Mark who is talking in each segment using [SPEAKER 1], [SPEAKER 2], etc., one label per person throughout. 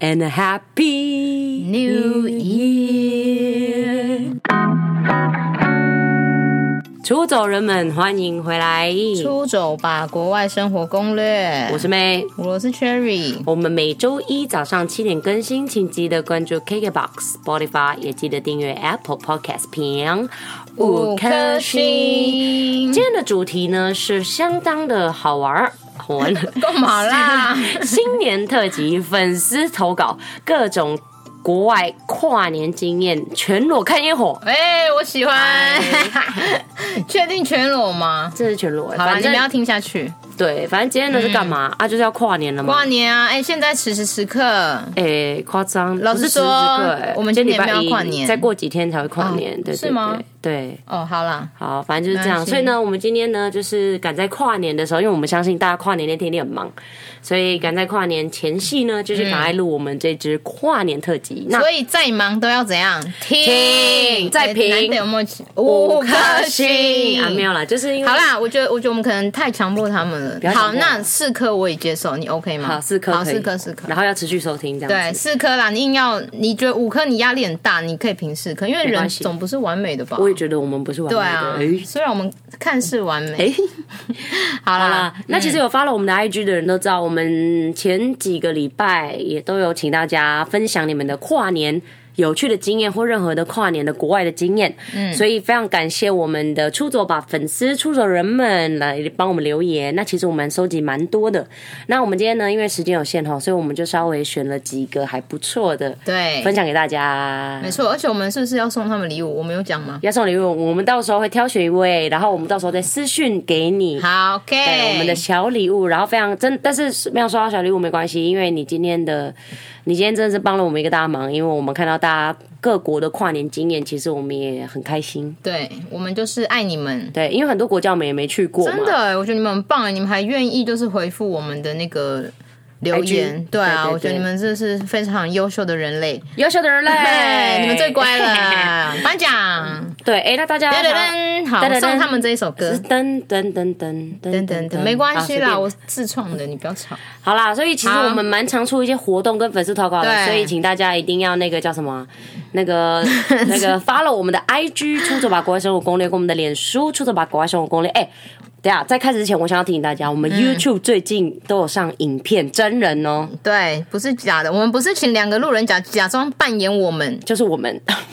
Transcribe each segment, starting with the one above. [SPEAKER 1] and a happy
[SPEAKER 2] New Year，
[SPEAKER 1] 出走人们，欢迎回来！
[SPEAKER 2] 出走吧，国外生活攻略。
[SPEAKER 1] 我是妹。
[SPEAKER 2] 我是 Cherry，
[SPEAKER 1] 我们每周一早上七点更新，请记得关注 KKBOX、Spotify，也记得订阅 Apple Podcast，评五颗星。今天的主题呢是相当的好玩儿，好玩的
[SPEAKER 2] 干嘛啦？
[SPEAKER 1] 新年特辑，粉丝投稿各种国外跨年经验，全裸看烟火。
[SPEAKER 2] 哎、我喜欢。 确定全裸吗？
[SPEAKER 1] 这是全裸，
[SPEAKER 2] 好了，
[SPEAKER 1] 反
[SPEAKER 2] 你们要
[SPEAKER 1] 正
[SPEAKER 2] 听下去。
[SPEAKER 1] 对，反正今天呢是干嘛、啊？就是要跨年了嘛
[SPEAKER 2] 嗯跨。年啊！哎、现在此时此刻，
[SPEAKER 1] 哎，夸张！
[SPEAKER 2] 老实
[SPEAKER 1] 不是此时此
[SPEAKER 2] 说
[SPEAKER 1] 刻哎
[SPEAKER 2] 我们
[SPEAKER 1] 今天礼
[SPEAKER 2] 今年
[SPEAKER 1] 拜
[SPEAKER 2] 没有
[SPEAKER 1] 一
[SPEAKER 2] 跨年
[SPEAKER 1] 再过几天才会跨年，
[SPEAKER 2] 哦
[SPEAKER 1] 对对
[SPEAKER 2] 是吗
[SPEAKER 1] 对对
[SPEAKER 2] 哦，好啦，
[SPEAKER 1] 好，反正就是这
[SPEAKER 2] 没
[SPEAKER 1] 样。
[SPEAKER 2] 关系
[SPEAKER 1] 所以呢，我们今天呢，就是赶在跨年的时候，因为我们相信大家跨年那天一定很忙，所以赶在跨年前夕呢，就是赶快录我们这支跨年特辑。那
[SPEAKER 2] 所以再忙都要怎样？
[SPEAKER 1] 听再
[SPEAKER 2] 哎
[SPEAKER 1] 评
[SPEAKER 2] 难得有默契，五颗星
[SPEAKER 1] 啊，没有啦，就是因为
[SPEAKER 2] 好啦，我觉得，我觉得我们可能太强迫他们
[SPEAKER 1] 不要
[SPEAKER 2] 了。
[SPEAKER 1] 强迫
[SPEAKER 2] 好，那四颗我也接受，你 OK 吗？
[SPEAKER 1] 好四颗，
[SPEAKER 2] 好
[SPEAKER 1] 可以
[SPEAKER 2] 四颗，四颗。
[SPEAKER 1] 然后要持续收听这样
[SPEAKER 2] 对，
[SPEAKER 1] 子。
[SPEAKER 2] 四颗啦，你硬要，你觉得五颗你压力很大，你可以评四颗，因为
[SPEAKER 1] 没
[SPEAKER 2] 人
[SPEAKER 1] 关系
[SPEAKER 2] 总不是完美的吧？
[SPEAKER 1] 我也觉得我们不是完
[SPEAKER 2] 对啊
[SPEAKER 1] 美的，哎，
[SPEAKER 2] 虽然我们看似完美，
[SPEAKER 1] 哎，
[SPEAKER 2] 好
[SPEAKER 1] 好
[SPEAKER 2] 啦
[SPEAKER 1] 啦，，那其实有 follow 我们的 IG 的人都知道，我们前几个礼拜也都有请大家分享你们的跨年有趣的经验或任何的跨年的国外的经验。嗯，所以非常感谢我们的出走吧粉丝、出走人们来帮我们留言。那其实我们收集蛮多的。那我们今天呢，因为时间有限哈，所以我们就稍微选了几个还不错的
[SPEAKER 2] 对，
[SPEAKER 1] 分享给大家。
[SPEAKER 2] 没错，而且我们是不是要送他们礼物？我们有讲吗？
[SPEAKER 1] 要送礼物，我们到时候会挑选一位，然后我们到时候再私讯给你。
[SPEAKER 2] 好
[SPEAKER 1] 对，
[SPEAKER 2] ，OK，
[SPEAKER 1] 我们的小礼物，然后非常真，但是没有收到小礼物没关系，因为你今天的，你今天真的是帮了我们一个大忙，因为我们看到大家各国的跨年经验，其实我们也很开心。
[SPEAKER 2] 对，我们就是爱你们。
[SPEAKER 1] 对，因为很多国家我们也没去过嘛，
[SPEAKER 2] 真的欸，我觉得你们很棒欸，你们还愿意就是回复我们的那个留言
[SPEAKER 1] IG，，
[SPEAKER 2] 对
[SPEAKER 1] 对
[SPEAKER 2] 啊，
[SPEAKER 1] 对
[SPEAKER 2] 我觉得
[SPEAKER 1] 对
[SPEAKER 2] 你们这是非常优秀的人类，
[SPEAKER 1] 优秀的人类，
[SPEAKER 2] 对，你们最乖。了，颁奖，
[SPEAKER 1] 对，哎，那大家
[SPEAKER 2] 噔噔噔，好
[SPEAKER 1] 噔噔，噔
[SPEAKER 2] 送他们这一首歌
[SPEAKER 1] 是。噔噔噔噔
[SPEAKER 2] 噔
[SPEAKER 1] 噔啊
[SPEAKER 2] 噔噔，没关系
[SPEAKER 1] 好随
[SPEAKER 2] 啦，
[SPEAKER 1] 便
[SPEAKER 2] 我自创的，你不要吵。
[SPEAKER 1] 好啦，所以其实
[SPEAKER 2] 好
[SPEAKER 1] 我们蛮常出一些活动跟粉丝投稿的，
[SPEAKER 2] 对
[SPEAKER 1] 所以请大家一定要那个叫什么啊，那 个那个 follow 我们的 IG 出走吧国外生活攻略，跟我们的脸书出走吧国外生活攻略。哎、等一下在开始之前，我想要提醒大家，我
[SPEAKER 2] 嗯
[SPEAKER 1] 们 YouTube 最近都有上影片真人哦，
[SPEAKER 2] 对，不是假的，我们不是请两个路人假假装扮演我们，
[SPEAKER 1] 就是我 们。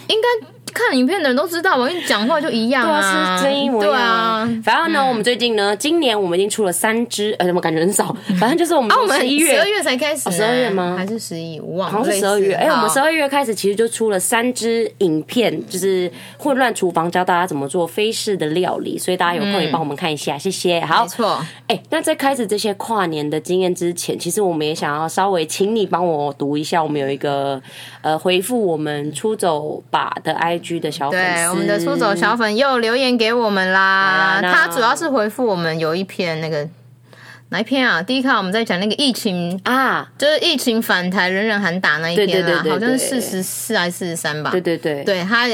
[SPEAKER 2] 应该看影片的人都知道吧？因为讲话就一样
[SPEAKER 1] 对
[SPEAKER 2] 啊，
[SPEAKER 1] 啊，是真一模一
[SPEAKER 2] 对
[SPEAKER 1] 样啊
[SPEAKER 2] 啊。。
[SPEAKER 1] 反正呢，我们最近呢，今年我们已经出了三支，呃，怎么感觉很少？反正就是我们
[SPEAKER 2] 啊，
[SPEAKER 1] 从
[SPEAKER 2] 我们
[SPEAKER 1] 十一
[SPEAKER 2] 十
[SPEAKER 1] 月
[SPEAKER 2] 二。月才开始呢，
[SPEAKER 1] 哦12月吗
[SPEAKER 2] 还是十一？我忘了，
[SPEAKER 1] 好像是十二月，
[SPEAKER 2] 类似
[SPEAKER 1] 哎、我们
[SPEAKER 2] 好
[SPEAKER 1] 十二月开始其实就出了三支影片，就是《混乱厨房》教大家怎么做非式的料理，所以大家有空也帮我们看一下，谢谢。好
[SPEAKER 2] 没，错，
[SPEAKER 1] 哎、那在开始这些跨年的经验之前，其实我们也想要稍微请你帮我读一下，我们有一个呃回复我们出走吧的 IG 的小粉丝，
[SPEAKER 2] 对，我们的出走小粉又留言给我们啦
[SPEAKER 1] 来啦。那
[SPEAKER 2] 他主要是回复我们有一篇那个哪一篇啊？第一看我们在讲那个疫情，
[SPEAKER 1] 啊，
[SPEAKER 2] 就是疫情反弹，人人喊打那一篇啦，
[SPEAKER 1] 对对对对对
[SPEAKER 2] 好像是四十四还是四十三吧？
[SPEAKER 1] 对对对，
[SPEAKER 2] 对他，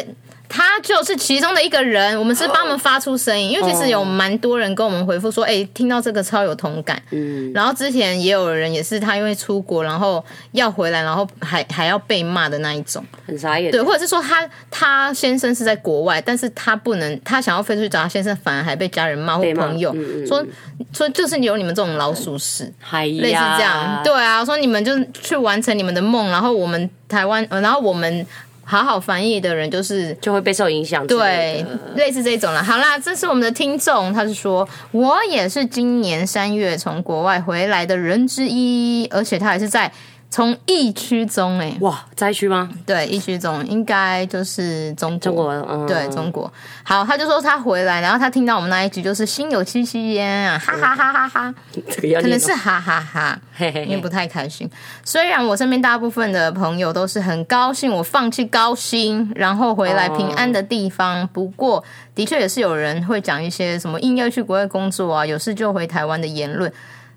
[SPEAKER 2] 他就是其中的一个人。我们是帮我们发出声音，因为其实有蛮多人跟我们回复说，哎、听到这个超有同感。
[SPEAKER 1] 嗯，
[SPEAKER 2] 然后之前也有人也是他因为出国，然后要回来，然后还还要被骂的那一种。
[SPEAKER 1] 很傻眼，
[SPEAKER 2] 对，或者是说他他先生是在国外，但是他不能，他想要飞出去找他先生，反而还被家人骂或
[SPEAKER 1] 被骂
[SPEAKER 2] 朋友
[SPEAKER 1] 嗯嗯
[SPEAKER 2] 说说就是有你们这种老鼠屎。
[SPEAKER 1] 嗨哎呀，
[SPEAKER 2] 类似这样，对啊，说你们就是去完成你们的梦，然后我们台湾，呃然后我们好好翻译的人就是。
[SPEAKER 1] 就会被受影响，
[SPEAKER 2] 对，，类似这种了。好啦，这是我们的听众，他是说，我也是今年三月从国外回来的人之一，而且他还是在从疫区中、欸，
[SPEAKER 1] 哇，灾区吗？
[SPEAKER 2] 对，疫区中应该就是中国，
[SPEAKER 1] 中国，嗯，
[SPEAKER 2] 对中国。好，他就说他回来，然后他听到我们那一句就是心有戚戚焉啊，哈哈哈哈哈，
[SPEAKER 1] 这个要
[SPEAKER 2] 可能
[SPEAKER 1] 念
[SPEAKER 2] 是
[SPEAKER 1] 吗
[SPEAKER 2] 哈哈哈。
[SPEAKER 1] 嘿嘿
[SPEAKER 2] 因为
[SPEAKER 1] 嘿
[SPEAKER 2] 不太开心。虽然我身边大部分的朋友都是很高兴我放弃高薪，然后回来平安的地方，不过的确也是有人会讲一些什么硬要去国外工作啊，有事就回台湾的言论。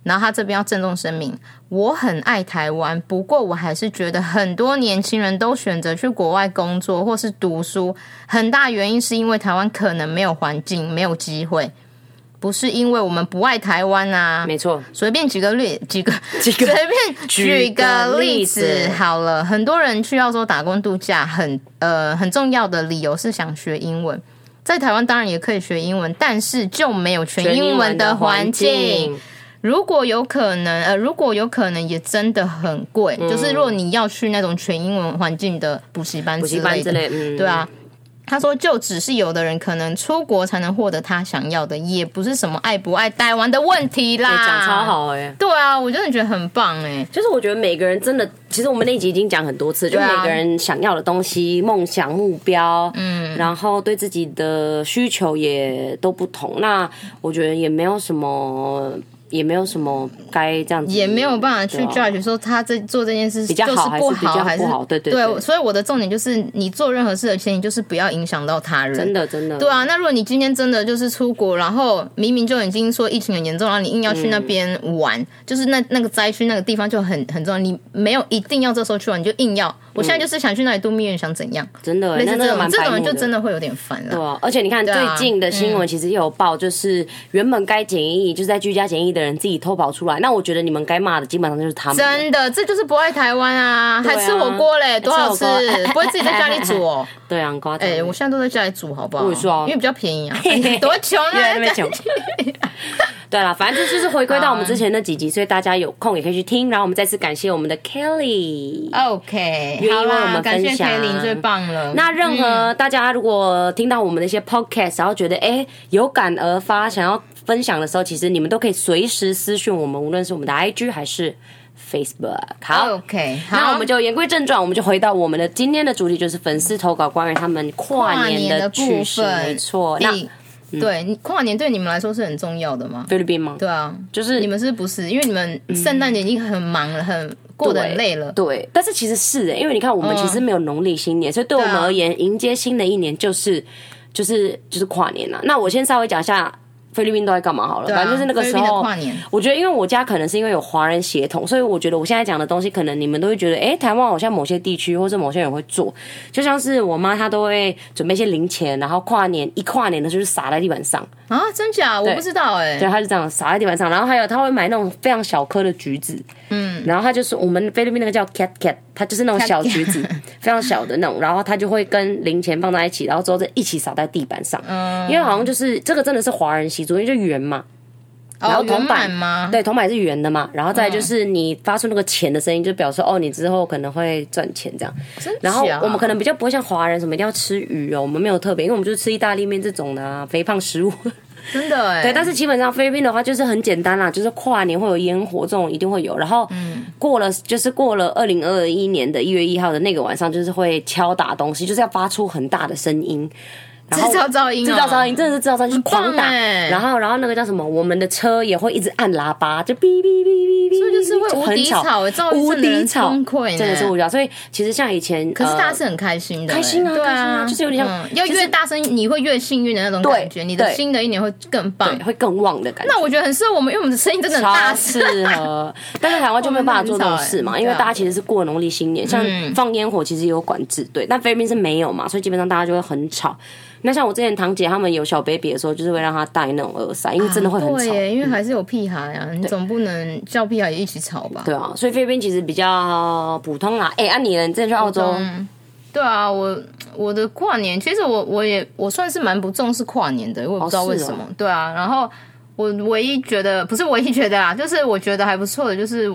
[SPEAKER 2] 然后他这边要郑重声明，我很爱台湾，不过我还是觉得很多年轻人都选择去国外工作或是读书，很大原因是因为台湾可能没有环境，没有机会。不是因为我们不爱台湾啊。
[SPEAKER 1] 没错，
[SPEAKER 2] 随便举个例，几个
[SPEAKER 1] 几个
[SPEAKER 2] 随便举个例
[SPEAKER 1] 举个例
[SPEAKER 2] 子
[SPEAKER 1] 子
[SPEAKER 2] 好了。很多人去澳洲打工度假很，呃很重要的理由是想学英文。在台湾当然也可以学英文，但是就没有全英文的环境。。如果有可能，呃，如果有可能，也真的很贵。就是如果你要去那种全英文环境的补习班
[SPEAKER 1] 补
[SPEAKER 2] 之
[SPEAKER 1] 习班
[SPEAKER 2] 类
[SPEAKER 1] 之
[SPEAKER 2] 的，
[SPEAKER 1] 类，嗯，
[SPEAKER 2] 对啊。他说，就只是有的人可能出国才能获得他想要的，也不是什么爱不爱台湾的问题啦。
[SPEAKER 1] 哎，讲超。好哎、
[SPEAKER 2] 对啊，我真的觉得很棒哎、
[SPEAKER 1] 就是我觉得每个人真的，其实我们那集已经讲很多次，就
[SPEAKER 2] 对啊
[SPEAKER 1] 每个人想要的东西、梦想、目标，嗯，然后对自己的需求也都不同。那我觉得也没有什么，也没有什么该这样子，
[SPEAKER 2] 也没有办法去
[SPEAKER 1] 对啊
[SPEAKER 2] judge 说他这做这件事
[SPEAKER 1] 较
[SPEAKER 2] 就是
[SPEAKER 1] 好还是
[SPEAKER 2] 不
[SPEAKER 1] 比较
[SPEAKER 2] 还是
[SPEAKER 1] 不好对对
[SPEAKER 2] 对
[SPEAKER 1] 对
[SPEAKER 2] 所以我的重点就是，你做任何事的前提就是不要影响到他人。
[SPEAKER 1] 真的真的，
[SPEAKER 2] 对啊，那如果你今天真的就是出国，然后明明就已经说疫情很严重，然后你硬要去那边玩，
[SPEAKER 1] 嗯
[SPEAKER 2] 就是那那个灾区那个地方就很很重要，你没有一定要这时候去玩，你就硬要。我现在就是想去那里度蜜月，想怎样？
[SPEAKER 1] 真的、欸，
[SPEAKER 2] 类
[SPEAKER 1] 嗯那
[SPEAKER 2] 似
[SPEAKER 1] 那
[SPEAKER 2] 这
[SPEAKER 1] 个蛮
[SPEAKER 2] 种，这
[SPEAKER 1] 白
[SPEAKER 2] 种
[SPEAKER 1] 目
[SPEAKER 2] 人
[SPEAKER 1] 的
[SPEAKER 2] 就。真的会有点烦了。
[SPEAKER 1] 对啊、而且你看、
[SPEAKER 2] 对啊
[SPEAKER 1] 最近的新闻其实也有报，就是原本该检疫，就是在居家检疫的人自己偷跑出来。那我觉得你们该骂的基本上就是他们了，
[SPEAKER 2] 真的，这就是不爱台湾啊，还吃火锅嘞，多好吃
[SPEAKER 1] 还吃火锅！
[SPEAKER 2] 不会自己在家里煮哦。
[SPEAKER 1] 对啊，很夸张。
[SPEAKER 2] 哎，我现在都在家里煮，好不好？
[SPEAKER 1] 我也是啊
[SPEAKER 2] 因为比较 便宜啊，多穷啊！
[SPEAKER 1] 越来越 穷。对啦，反正这就是回归到我们之前那几集，所以大家有空也可以去听。然后我们再次感谢我们的 Kelly。
[SPEAKER 2] OK，
[SPEAKER 1] 愿
[SPEAKER 2] 好
[SPEAKER 1] 意为我
[SPEAKER 2] 啦，
[SPEAKER 1] 们
[SPEAKER 2] 感谢
[SPEAKER 1] 分享
[SPEAKER 2] Kelly，你最棒了。
[SPEAKER 1] 那任何大家如果听到我们的一些 podcast，然后觉得哎、诶有感而发，想要分享的时候，其实你们都可以随时私讯我们，无论是我们的 IG 还是 Facebook。好。
[SPEAKER 2] OK，好，
[SPEAKER 1] 那我们就言归正传，我们就回到我们的今天的主题，就是粉丝投稿关于他们跨年
[SPEAKER 2] 的
[SPEAKER 1] 趣
[SPEAKER 2] 部
[SPEAKER 1] 事。
[SPEAKER 2] 分，
[SPEAKER 1] 没错，那嗯
[SPEAKER 2] 你对你跨年对你们来说是很重要的吗？
[SPEAKER 1] 菲律宾吗？
[SPEAKER 2] 对啊，
[SPEAKER 1] 就是
[SPEAKER 2] 你们是不是因为你们圣诞节已经很忙了，很过得很累了？
[SPEAKER 1] 对，但是其实是、欸，因为你看，我们其实没有农历新年，所以对我们
[SPEAKER 2] 对啊
[SPEAKER 1] 而言，迎接新的一年就是就是就是跨年了、那我先稍微讲一下菲律宾都在干嘛好了，
[SPEAKER 2] 对啊
[SPEAKER 1] 反正就是那个时
[SPEAKER 2] 菲律宾的
[SPEAKER 1] 候
[SPEAKER 2] 跨年。
[SPEAKER 1] 我觉得，因为我家可能是因为有华人血统，所以我觉得我现在讲的东西，可能你们都会觉得，哎、台湾好像某些地区或是某些人会做，就像是我妈她都会准备一些零钱，然后跨年一跨年的时候就是撒在地板上，
[SPEAKER 2] 啊，真假？我不知道哎、
[SPEAKER 1] 对，他就这样撒在地板上，然后还有他会买那种非常小颗的橘子，嗯，然后他就是我们菲律宾那个叫 cat cat，它就是那种
[SPEAKER 2] Cat
[SPEAKER 1] 小橘子，非常小的那种，然后他就会跟零钱放在一起，然后之后再一起撒在地板上，
[SPEAKER 2] 嗯
[SPEAKER 1] 因为好像就是这个真的是华人习俗，因为就圆嘛，然
[SPEAKER 2] 哦
[SPEAKER 1] 后，
[SPEAKER 2] 圆
[SPEAKER 1] 铜板
[SPEAKER 2] 满吗？
[SPEAKER 1] 对，铜板是圆的嘛，然后再来就是你发出那个钱的声音，就表示哦，你之后可能会赚钱这样。
[SPEAKER 2] 真假
[SPEAKER 1] 然后我们可能比较不会像华人什么一定要吃鱼哦，我们没有特别，因为我们就是吃意大利面这种的啊，肥胖食物。
[SPEAKER 2] 真的哎、
[SPEAKER 1] 对，但是基本上菲律宾的话就是很简单啦，就是跨年会有烟火这种一定会有，然后过了就是过了二零二一年的一月一号的那个晚上，就是会敲打东西，就是要发出很大的声音，然后
[SPEAKER 2] 制造噪音、哦，
[SPEAKER 1] 制造噪音，真的是制造噪音，就是
[SPEAKER 2] 棒
[SPEAKER 1] 狂打。
[SPEAKER 2] 欸
[SPEAKER 1] 然后，然后那个叫什么，我们的车也会一直按喇叭，就哔哔哔哔哔，
[SPEAKER 2] 所以就是会
[SPEAKER 1] 很
[SPEAKER 2] 无敌
[SPEAKER 1] 吵
[SPEAKER 2] 吵欸噪音
[SPEAKER 1] 无
[SPEAKER 2] 真的
[SPEAKER 1] 敌
[SPEAKER 2] 人
[SPEAKER 1] 吵，
[SPEAKER 2] 崩溃呢
[SPEAKER 1] 真的是无敌吵。所以其实像以前，
[SPEAKER 2] 可是大家
[SPEAKER 1] 呃
[SPEAKER 2] 是很开心的欸、
[SPEAKER 1] 开心啊
[SPEAKER 2] 对
[SPEAKER 1] 开心
[SPEAKER 2] 啊，
[SPEAKER 1] 啊就是有点像
[SPEAKER 2] 要
[SPEAKER 1] 就是
[SPEAKER 2] 越大声，你会越幸运的那种感觉，
[SPEAKER 1] 对
[SPEAKER 2] 你的
[SPEAKER 1] 对
[SPEAKER 2] 新的一年会更棒
[SPEAKER 1] 对。会更旺的感觉。
[SPEAKER 2] 那我觉得很适合我们，因为我们的声音真的很大
[SPEAKER 1] 超
[SPEAKER 2] 声。
[SPEAKER 1] 适合， 但是台湾就没有办法做这种事
[SPEAKER 2] 我
[SPEAKER 1] 嘛，
[SPEAKER 2] 们很少欸
[SPEAKER 1] 因为
[SPEAKER 2] 对啊嗯
[SPEAKER 1] 大家其实是过农历新年，像放烟火其实也有管制，对，但菲律宾是没有嘛，所以基本上大家就会很吵。那像我之前堂姐他们有小 baby 的时候，就是会让他戴那种耳塞，因为真的会很
[SPEAKER 2] 啊对
[SPEAKER 1] 吵。
[SPEAKER 2] 耶，因为还是有屁孩啊，你总不能叫屁孩也一起吵吧？
[SPEAKER 1] 对啊，所以菲律宾其实比较普通啦。哎、按、你呢？你之前去澳洲，
[SPEAKER 2] 对啊，我我的跨年，其实我我也我算是蛮不重视跨年的，我也不知道为什么。对啊，然后我唯一觉得不是唯一觉得啊，就是我觉得还不错的，就是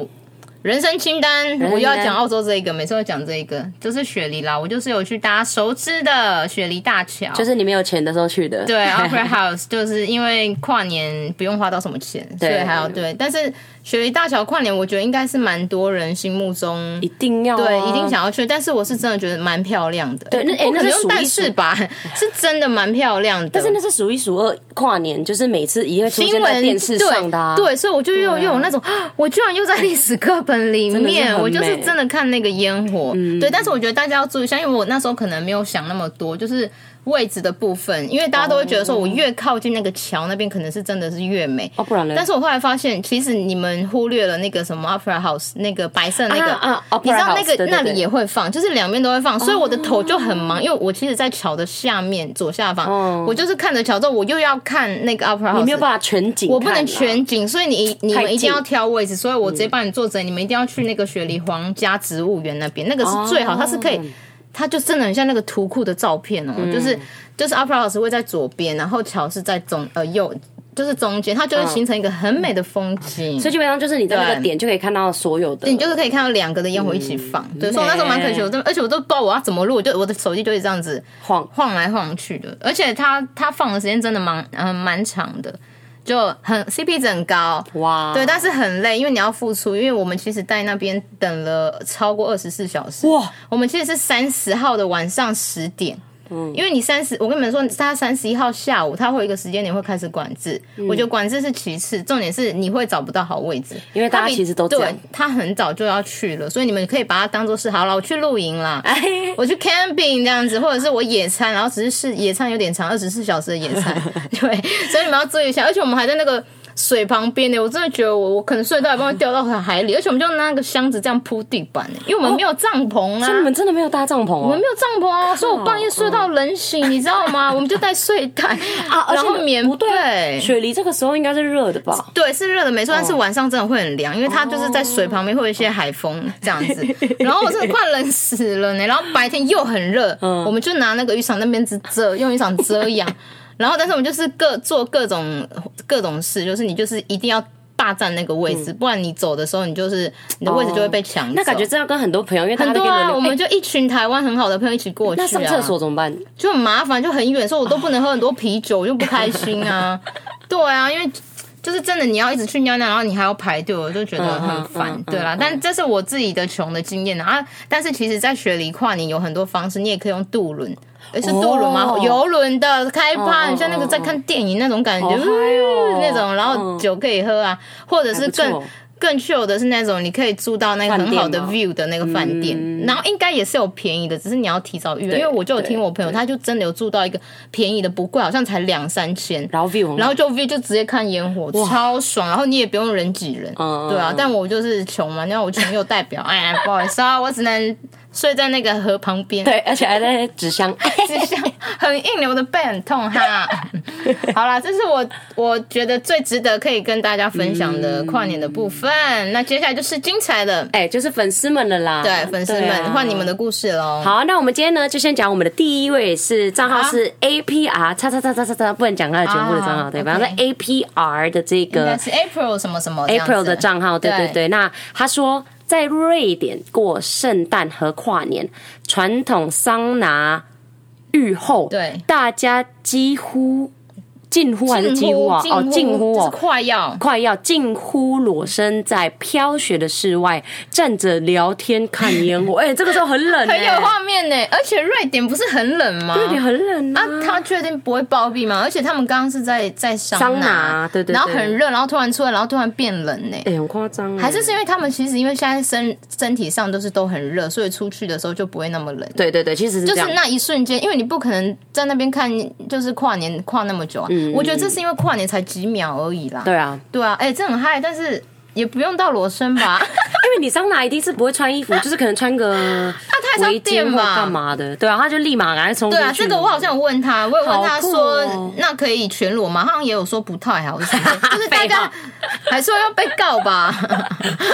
[SPEAKER 2] 人生清单，我又要讲澳洲这一个，每次都讲这一个，就是雪梨啦。我就是有去搭熟知的雪梨大 桥，
[SPEAKER 1] 就是你没有钱的时候去的。
[SPEAKER 2] 对啊 Opera House，就是因为跨年不用花到什么钱，所以还要对。但是雪梨大桥跨年，我觉得应该是蛮多人心目中
[SPEAKER 1] 一定要、啊、
[SPEAKER 2] 对，一定。想要去，但是我是真的觉得蛮漂亮的。
[SPEAKER 1] 对那哎
[SPEAKER 2] 不可
[SPEAKER 1] 那是
[SPEAKER 2] 能用
[SPEAKER 1] 数一
[SPEAKER 2] 但
[SPEAKER 1] 数
[SPEAKER 2] 是吧， 是真的蛮漂亮的。但
[SPEAKER 1] 但是那是数一数二跨年，就是每次一定会出
[SPEAKER 2] 新
[SPEAKER 1] 现在
[SPEAKER 2] 闻
[SPEAKER 1] 电视上的、啊
[SPEAKER 2] 对，对，所以我就又、又有那种， 啊我居然又在历史课本里
[SPEAKER 1] 真的是
[SPEAKER 2] 面，
[SPEAKER 1] 很
[SPEAKER 2] 我就是
[SPEAKER 1] 美嗯
[SPEAKER 2] 真的看那个烟火，对。但是我觉得大家要注意一下，因为我那时候可能没有想那么多，就是位置的部分，因为大家都会觉得说，我越靠近那个桥那边，可能是真的是越美。
[SPEAKER 1] 哦，不然呢？
[SPEAKER 2] 但是我后来发现，其实你们忽略了那个什么 Opera House 那个白色那个
[SPEAKER 1] 啊啊
[SPEAKER 2] 你知道
[SPEAKER 1] Opera
[SPEAKER 2] 那个
[SPEAKER 1] House，对对哦
[SPEAKER 2] 那里
[SPEAKER 1] 对
[SPEAKER 2] 也会放，就是两边都会放，所以我的头就很忙，因为我其实，在桥的下面左下方，
[SPEAKER 1] 哦
[SPEAKER 2] 我就是看着桥之后，我又要看那个 Opera House，
[SPEAKER 1] 你没有办法全景看啊，
[SPEAKER 2] 我不能全景，所以你你
[SPEAKER 1] 太近
[SPEAKER 2] 们
[SPEAKER 1] 嗯
[SPEAKER 2] 一定要挑位置，所以我直接帮你坐着，你们一定要去那个雪梨皇家植物园那边，那个是最好，
[SPEAKER 1] 哦
[SPEAKER 2] 它是可以。它就真的很像那个图库的照片哦，
[SPEAKER 1] 嗯
[SPEAKER 2] 就是就是 Opera House 会在左边，然后桥是在中呃右，就是中间，它就会形成一个很美的风景。
[SPEAKER 1] 嗯所以基本上就是你在那个
[SPEAKER 2] 对
[SPEAKER 1] 点就可以看到所有的，
[SPEAKER 2] 你就是可以看到两个的烟火一起放，对，所以我那时候蛮可惜，我都而且我都不知道我要怎么录，我就我的手机就会这样子
[SPEAKER 1] 晃
[SPEAKER 2] 晃来晃去的，而且它它放的时间真的蛮嗯蛮长的，就很 CP 值很高，
[SPEAKER 1] 哇，
[SPEAKER 2] 对，但是很累，因为你要付出。因为我们其实在那边等了超过二十四小时。
[SPEAKER 1] 哇，
[SPEAKER 2] 我们其实是三十号的晚上十点。
[SPEAKER 1] 嗯
[SPEAKER 2] 因为你三十，我跟你们说，他三十一号下午，他会有一个时间点会开始管制。
[SPEAKER 1] 嗯
[SPEAKER 2] 我觉得管制是其次，重点是你会找不到好位置，
[SPEAKER 1] 因为大家
[SPEAKER 2] 它比
[SPEAKER 1] 其实都这样
[SPEAKER 2] 对，他很早就要去了，所以你们可以把它当做是好了，我去露营啦，
[SPEAKER 1] 哎
[SPEAKER 2] 我去 camping 这样子，或者是我野餐，然后只是是野餐有点长，二十四小时的野 餐，对，所以你们要注意一下。而且我们还在那个水旁边呢，我真的觉得我我可能睡到一半会掉到海里，而且我们就拿那个箱子这样铺地板欸呢，因为我们没有帐篷啊。
[SPEAKER 1] 所以你们哦真的没有搭帐篷
[SPEAKER 2] 我们
[SPEAKER 1] 哦
[SPEAKER 2] 没有帐篷啊，所以我半夜睡到冷醒，你知道吗？我们就带睡 袋啊
[SPEAKER 1] 嗯而且
[SPEAKER 2] 然后棉
[SPEAKER 1] 不对，
[SPEAKER 2] 被，啊
[SPEAKER 1] 雪梨这个时候应该是热的吧？
[SPEAKER 2] 对，是热的没错，但是
[SPEAKER 1] 哦
[SPEAKER 2] 晚上真的会很凉，因为它就是在水旁边会有一些海风这样子。
[SPEAKER 1] 哦
[SPEAKER 2] 然后我真的快冷死了呢，然后白天又很热，
[SPEAKER 1] 嗯
[SPEAKER 2] 我们就拿那个雨伞那边子遮，用雨伞 遮阳。然后，但是我们就是各做各种各种事，就是你就是一定要霸占那个位置，不然你走的时候，你就是你的位置就会被抢
[SPEAKER 1] 嗯哦
[SPEAKER 2] 走。
[SPEAKER 1] 那感觉真的要跟很多朋友，因为大家
[SPEAKER 2] 很
[SPEAKER 1] 都可
[SPEAKER 2] 多
[SPEAKER 1] 以轮
[SPEAKER 2] 啊，
[SPEAKER 1] 流
[SPEAKER 2] 我们
[SPEAKER 1] 哎
[SPEAKER 2] 就一群台湾很好的朋友一起过去、啊。
[SPEAKER 1] 那上厕所怎么办？
[SPEAKER 2] 就很麻烦，就很远，所以我都不能喝很多啤酒，我就不开 心啊。对啊，因为就是真的，你要一直去尿尿，然后你还要排队，我就觉得很烦。
[SPEAKER 1] 嗯嗯嗯
[SPEAKER 2] 对啦，
[SPEAKER 1] 嗯
[SPEAKER 2] 但这是我自己的穷的经验啊。啊但是其实，在雪梨跨年有很多方式，你也可以用渡轮，诶是渡轮吗
[SPEAKER 1] 哦？
[SPEAKER 2] 游轮的开趴，
[SPEAKER 1] 嗯嗯
[SPEAKER 2] 像那个在看电影那种感觉，
[SPEAKER 1] 好嗨哦嗯
[SPEAKER 2] 呜那种，然后酒可以喝啊，或者是
[SPEAKER 1] 还
[SPEAKER 2] 更
[SPEAKER 1] 不错。
[SPEAKER 2] 更 chill 的是那种，你可以住到那个很好的
[SPEAKER 1] 饭店吗嗯
[SPEAKER 2] view 的那个饭店，然后应该也是有便宜的，只是你要提早预约。因为我就有听我朋友，他就真的有住到一个便宜的，不贵，好像才两三千，
[SPEAKER 1] 然后 view 很好
[SPEAKER 2] 然后就 view 就直接看烟火，超爽。然后你也不用人挤人，
[SPEAKER 1] 嗯
[SPEAKER 2] 对啊。但我就是穷嘛，那我穷又代表，哎，不好意思啊，我只能睡在那个河旁边。
[SPEAKER 1] 对，而且还在纸箱，
[SPEAKER 2] 就像很硬的，我的背很痛哈。好啦，这是我我觉得最值得可以跟大家分享的跨年的部分。那接下来就是精彩的，
[SPEAKER 1] 哎，就是粉丝们了啦。
[SPEAKER 2] 对粉丝
[SPEAKER 1] 对
[SPEAKER 2] 们
[SPEAKER 1] 啊
[SPEAKER 2] 换、你们的故事喽。
[SPEAKER 1] 好，那我们今天呢，就先讲我们的第一位是账号是 APR 叉叉叉叉叉叉，不能讲他的全部的账号，
[SPEAKER 2] 啊
[SPEAKER 1] 对，
[SPEAKER 2] OK
[SPEAKER 1] 反正 APR 的这
[SPEAKER 2] 应该
[SPEAKER 1] 个
[SPEAKER 2] 是 April 什么什么这样子
[SPEAKER 1] April 的账号，对对
[SPEAKER 2] 对
[SPEAKER 1] 对。那他说，在瑞典过圣诞和跨年，传统桑拿浴后，
[SPEAKER 2] 对
[SPEAKER 1] 大家几乎近乎还是几
[SPEAKER 2] 近
[SPEAKER 1] 乎
[SPEAKER 2] 乎
[SPEAKER 1] 啊？哦，近乎
[SPEAKER 2] 就是
[SPEAKER 1] 哦。
[SPEAKER 2] 快要。
[SPEAKER 1] 快要近乎裸身在飘雪的室外站着聊天看烟火，哎、这个时候很 冷、欸，
[SPEAKER 2] 很有画面呢，而且瑞典不是很冷吗？
[SPEAKER 1] 有点很冷
[SPEAKER 2] 啊，他确定不会暴毙吗？而且他们刚刚是在在桑
[SPEAKER 1] 桑拿对对对
[SPEAKER 2] 然后很热，然后突然出来，然后突然变冷呢、
[SPEAKER 1] 哎、很夸张、
[SPEAKER 2] 还是是因为他们其实因为现在身身体上都是都很热，所以出去的时候就不会那么冷。
[SPEAKER 1] 对对对，其实是
[SPEAKER 2] 就
[SPEAKER 1] 这样。
[SPEAKER 2] 是那一瞬间，因为你不可能在那边看，就是跨年跨那么久啊。我觉得这是因为跨年才几秒而已啦。
[SPEAKER 1] 嗯对啊，
[SPEAKER 2] 对啊，哎、这很嗨，但是也不用到裸身 吧？
[SPEAKER 1] 因为你桑拿一定是不会穿衣服，就是可能穿个
[SPEAKER 2] 他太
[SPEAKER 1] 围
[SPEAKER 2] 常
[SPEAKER 1] 巾
[SPEAKER 2] 电
[SPEAKER 1] 或
[SPEAKER 2] 吧
[SPEAKER 1] 干嘛的，对啊，他就立马赶快冲出
[SPEAKER 2] 对
[SPEAKER 1] 去。
[SPEAKER 2] 啊，这个我好像有问他，我有问他
[SPEAKER 1] 好
[SPEAKER 2] 说，
[SPEAKER 1] 酷哦
[SPEAKER 2] 那可以全裸吗？好像也有说不太好，什么的就是大
[SPEAKER 1] 废
[SPEAKER 2] 家
[SPEAKER 1] 话
[SPEAKER 2] 还说要被告 吧，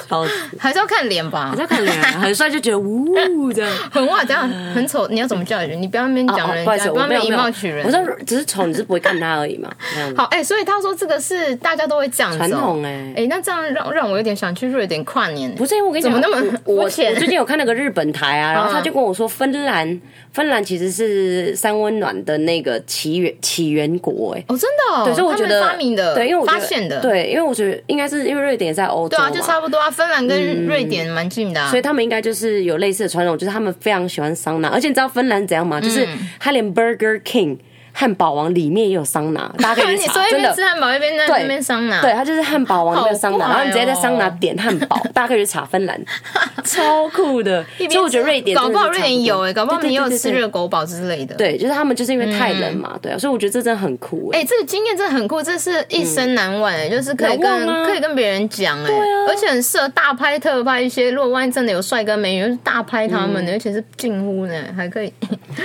[SPEAKER 1] 笑死，
[SPEAKER 2] 还是要看脸吧
[SPEAKER 1] 你。在看脸啊 很帅就觉得呜这样。
[SPEAKER 2] 很哇，这样很丑，你要怎么叫人？你不要那边
[SPEAKER 1] 呃哦
[SPEAKER 2] 讲
[SPEAKER 1] 哦
[SPEAKER 2] 人
[SPEAKER 1] 不好意
[SPEAKER 2] 家，
[SPEAKER 1] 思，
[SPEAKER 2] 不
[SPEAKER 1] 我
[SPEAKER 2] 要
[SPEAKER 1] 没
[SPEAKER 2] 那
[SPEAKER 1] 有
[SPEAKER 2] 边以
[SPEAKER 1] 没
[SPEAKER 2] 貌
[SPEAKER 1] 有
[SPEAKER 2] 取人。
[SPEAKER 1] 我说只是丑，你是不会看他而已嘛。这 样子
[SPEAKER 2] 好，哎、所以他说这个是大家都会这样子、哦，
[SPEAKER 1] 传统哎、
[SPEAKER 2] 哎、那这样让让我有点想去瑞典跨年、
[SPEAKER 1] 不是因为我跟你讲，
[SPEAKER 2] 怎么那么
[SPEAKER 1] 我我
[SPEAKER 2] 肤浅
[SPEAKER 1] 我最近有看那个日本台 啊，然后他就跟我说，芬兰芬兰其实是三温暖的那个起源起源国哎、
[SPEAKER 2] 哦，真的、哦，
[SPEAKER 1] 对，所以我觉
[SPEAKER 2] 他
[SPEAKER 1] 得
[SPEAKER 2] 们发明的，
[SPEAKER 1] 对，因为我觉
[SPEAKER 2] 发
[SPEAKER 1] 得
[SPEAKER 2] 现的，
[SPEAKER 1] 对，因为我觉得应该是因为瑞典在欧洲
[SPEAKER 2] 对
[SPEAKER 1] 嘛，嗯
[SPEAKER 2] 啊，就差不多啊，芬兰跟瑞典蛮近的、啊
[SPEAKER 1] 所以他们应该就是有
[SPEAKER 2] 嗯
[SPEAKER 1] 类似的传统，就是他们非常喜欢桑拿，而且你知道芬兰怎样吗？就是他连 Burger King。汉堡王里面也有桑拿，大家可以去
[SPEAKER 2] 你
[SPEAKER 1] 查
[SPEAKER 2] 说，一
[SPEAKER 1] 真
[SPEAKER 2] 边
[SPEAKER 1] 的
[SPEAKER 2] 吃。汉堡一边在
[SPEAKER 1] 对
[SPEAKER 2] 那边啊桑拿，
[SPEAKER 1] 对，，它就是汉堡王那个桑拿，
[SPEAKER 2] 好怪哦
[SPEAKER 1] 然后你直接在桑拿点汉堡，大家可以去查芬兰，哎 超酷的。所
[SPEAKER 2] 一边
[SPEAKER 1] 以我觉得瑞典真欸
[SPEAKER 2] 搞
[SPEAKER 1] 的是
[SPEAKER 2] 不好瑞
[SPEAKER 1] 差多
[SPEAKER 2] 典有哎，搞不好
[SPEAKER 1] 对对
[SPEAKER 2] 你也有
[SPEAKER 1] 对对嗯
[SPEAKER 2] 吃
[SPEAKER 1] 对
[SPEAKER 2] 热狗堡之类的。，
[SPEAKER 1] 对，就是他们就是因为太冷嘛，对啊，所以我觉得这真的很酷哎、
[SPEAKER 2] 哎，这个经验真的很酷，这是
[SPEAKER 1] 嗯
[SPEAKER 2] 一生难忘哎，就是可以
[SPEAKER 1] 难
[SPEAKER 2] 跟
[SPEAKER 1] 忘啊啊
[SPEAKER 2] 可以跟别人讲哎，而且很适合大拍特拍一些，如果万一真的有帅哥美女，就是大拍他
[SPEAKER 1] 嗯
[SPEAKER 2] 们的，而且是近乎呢，还可以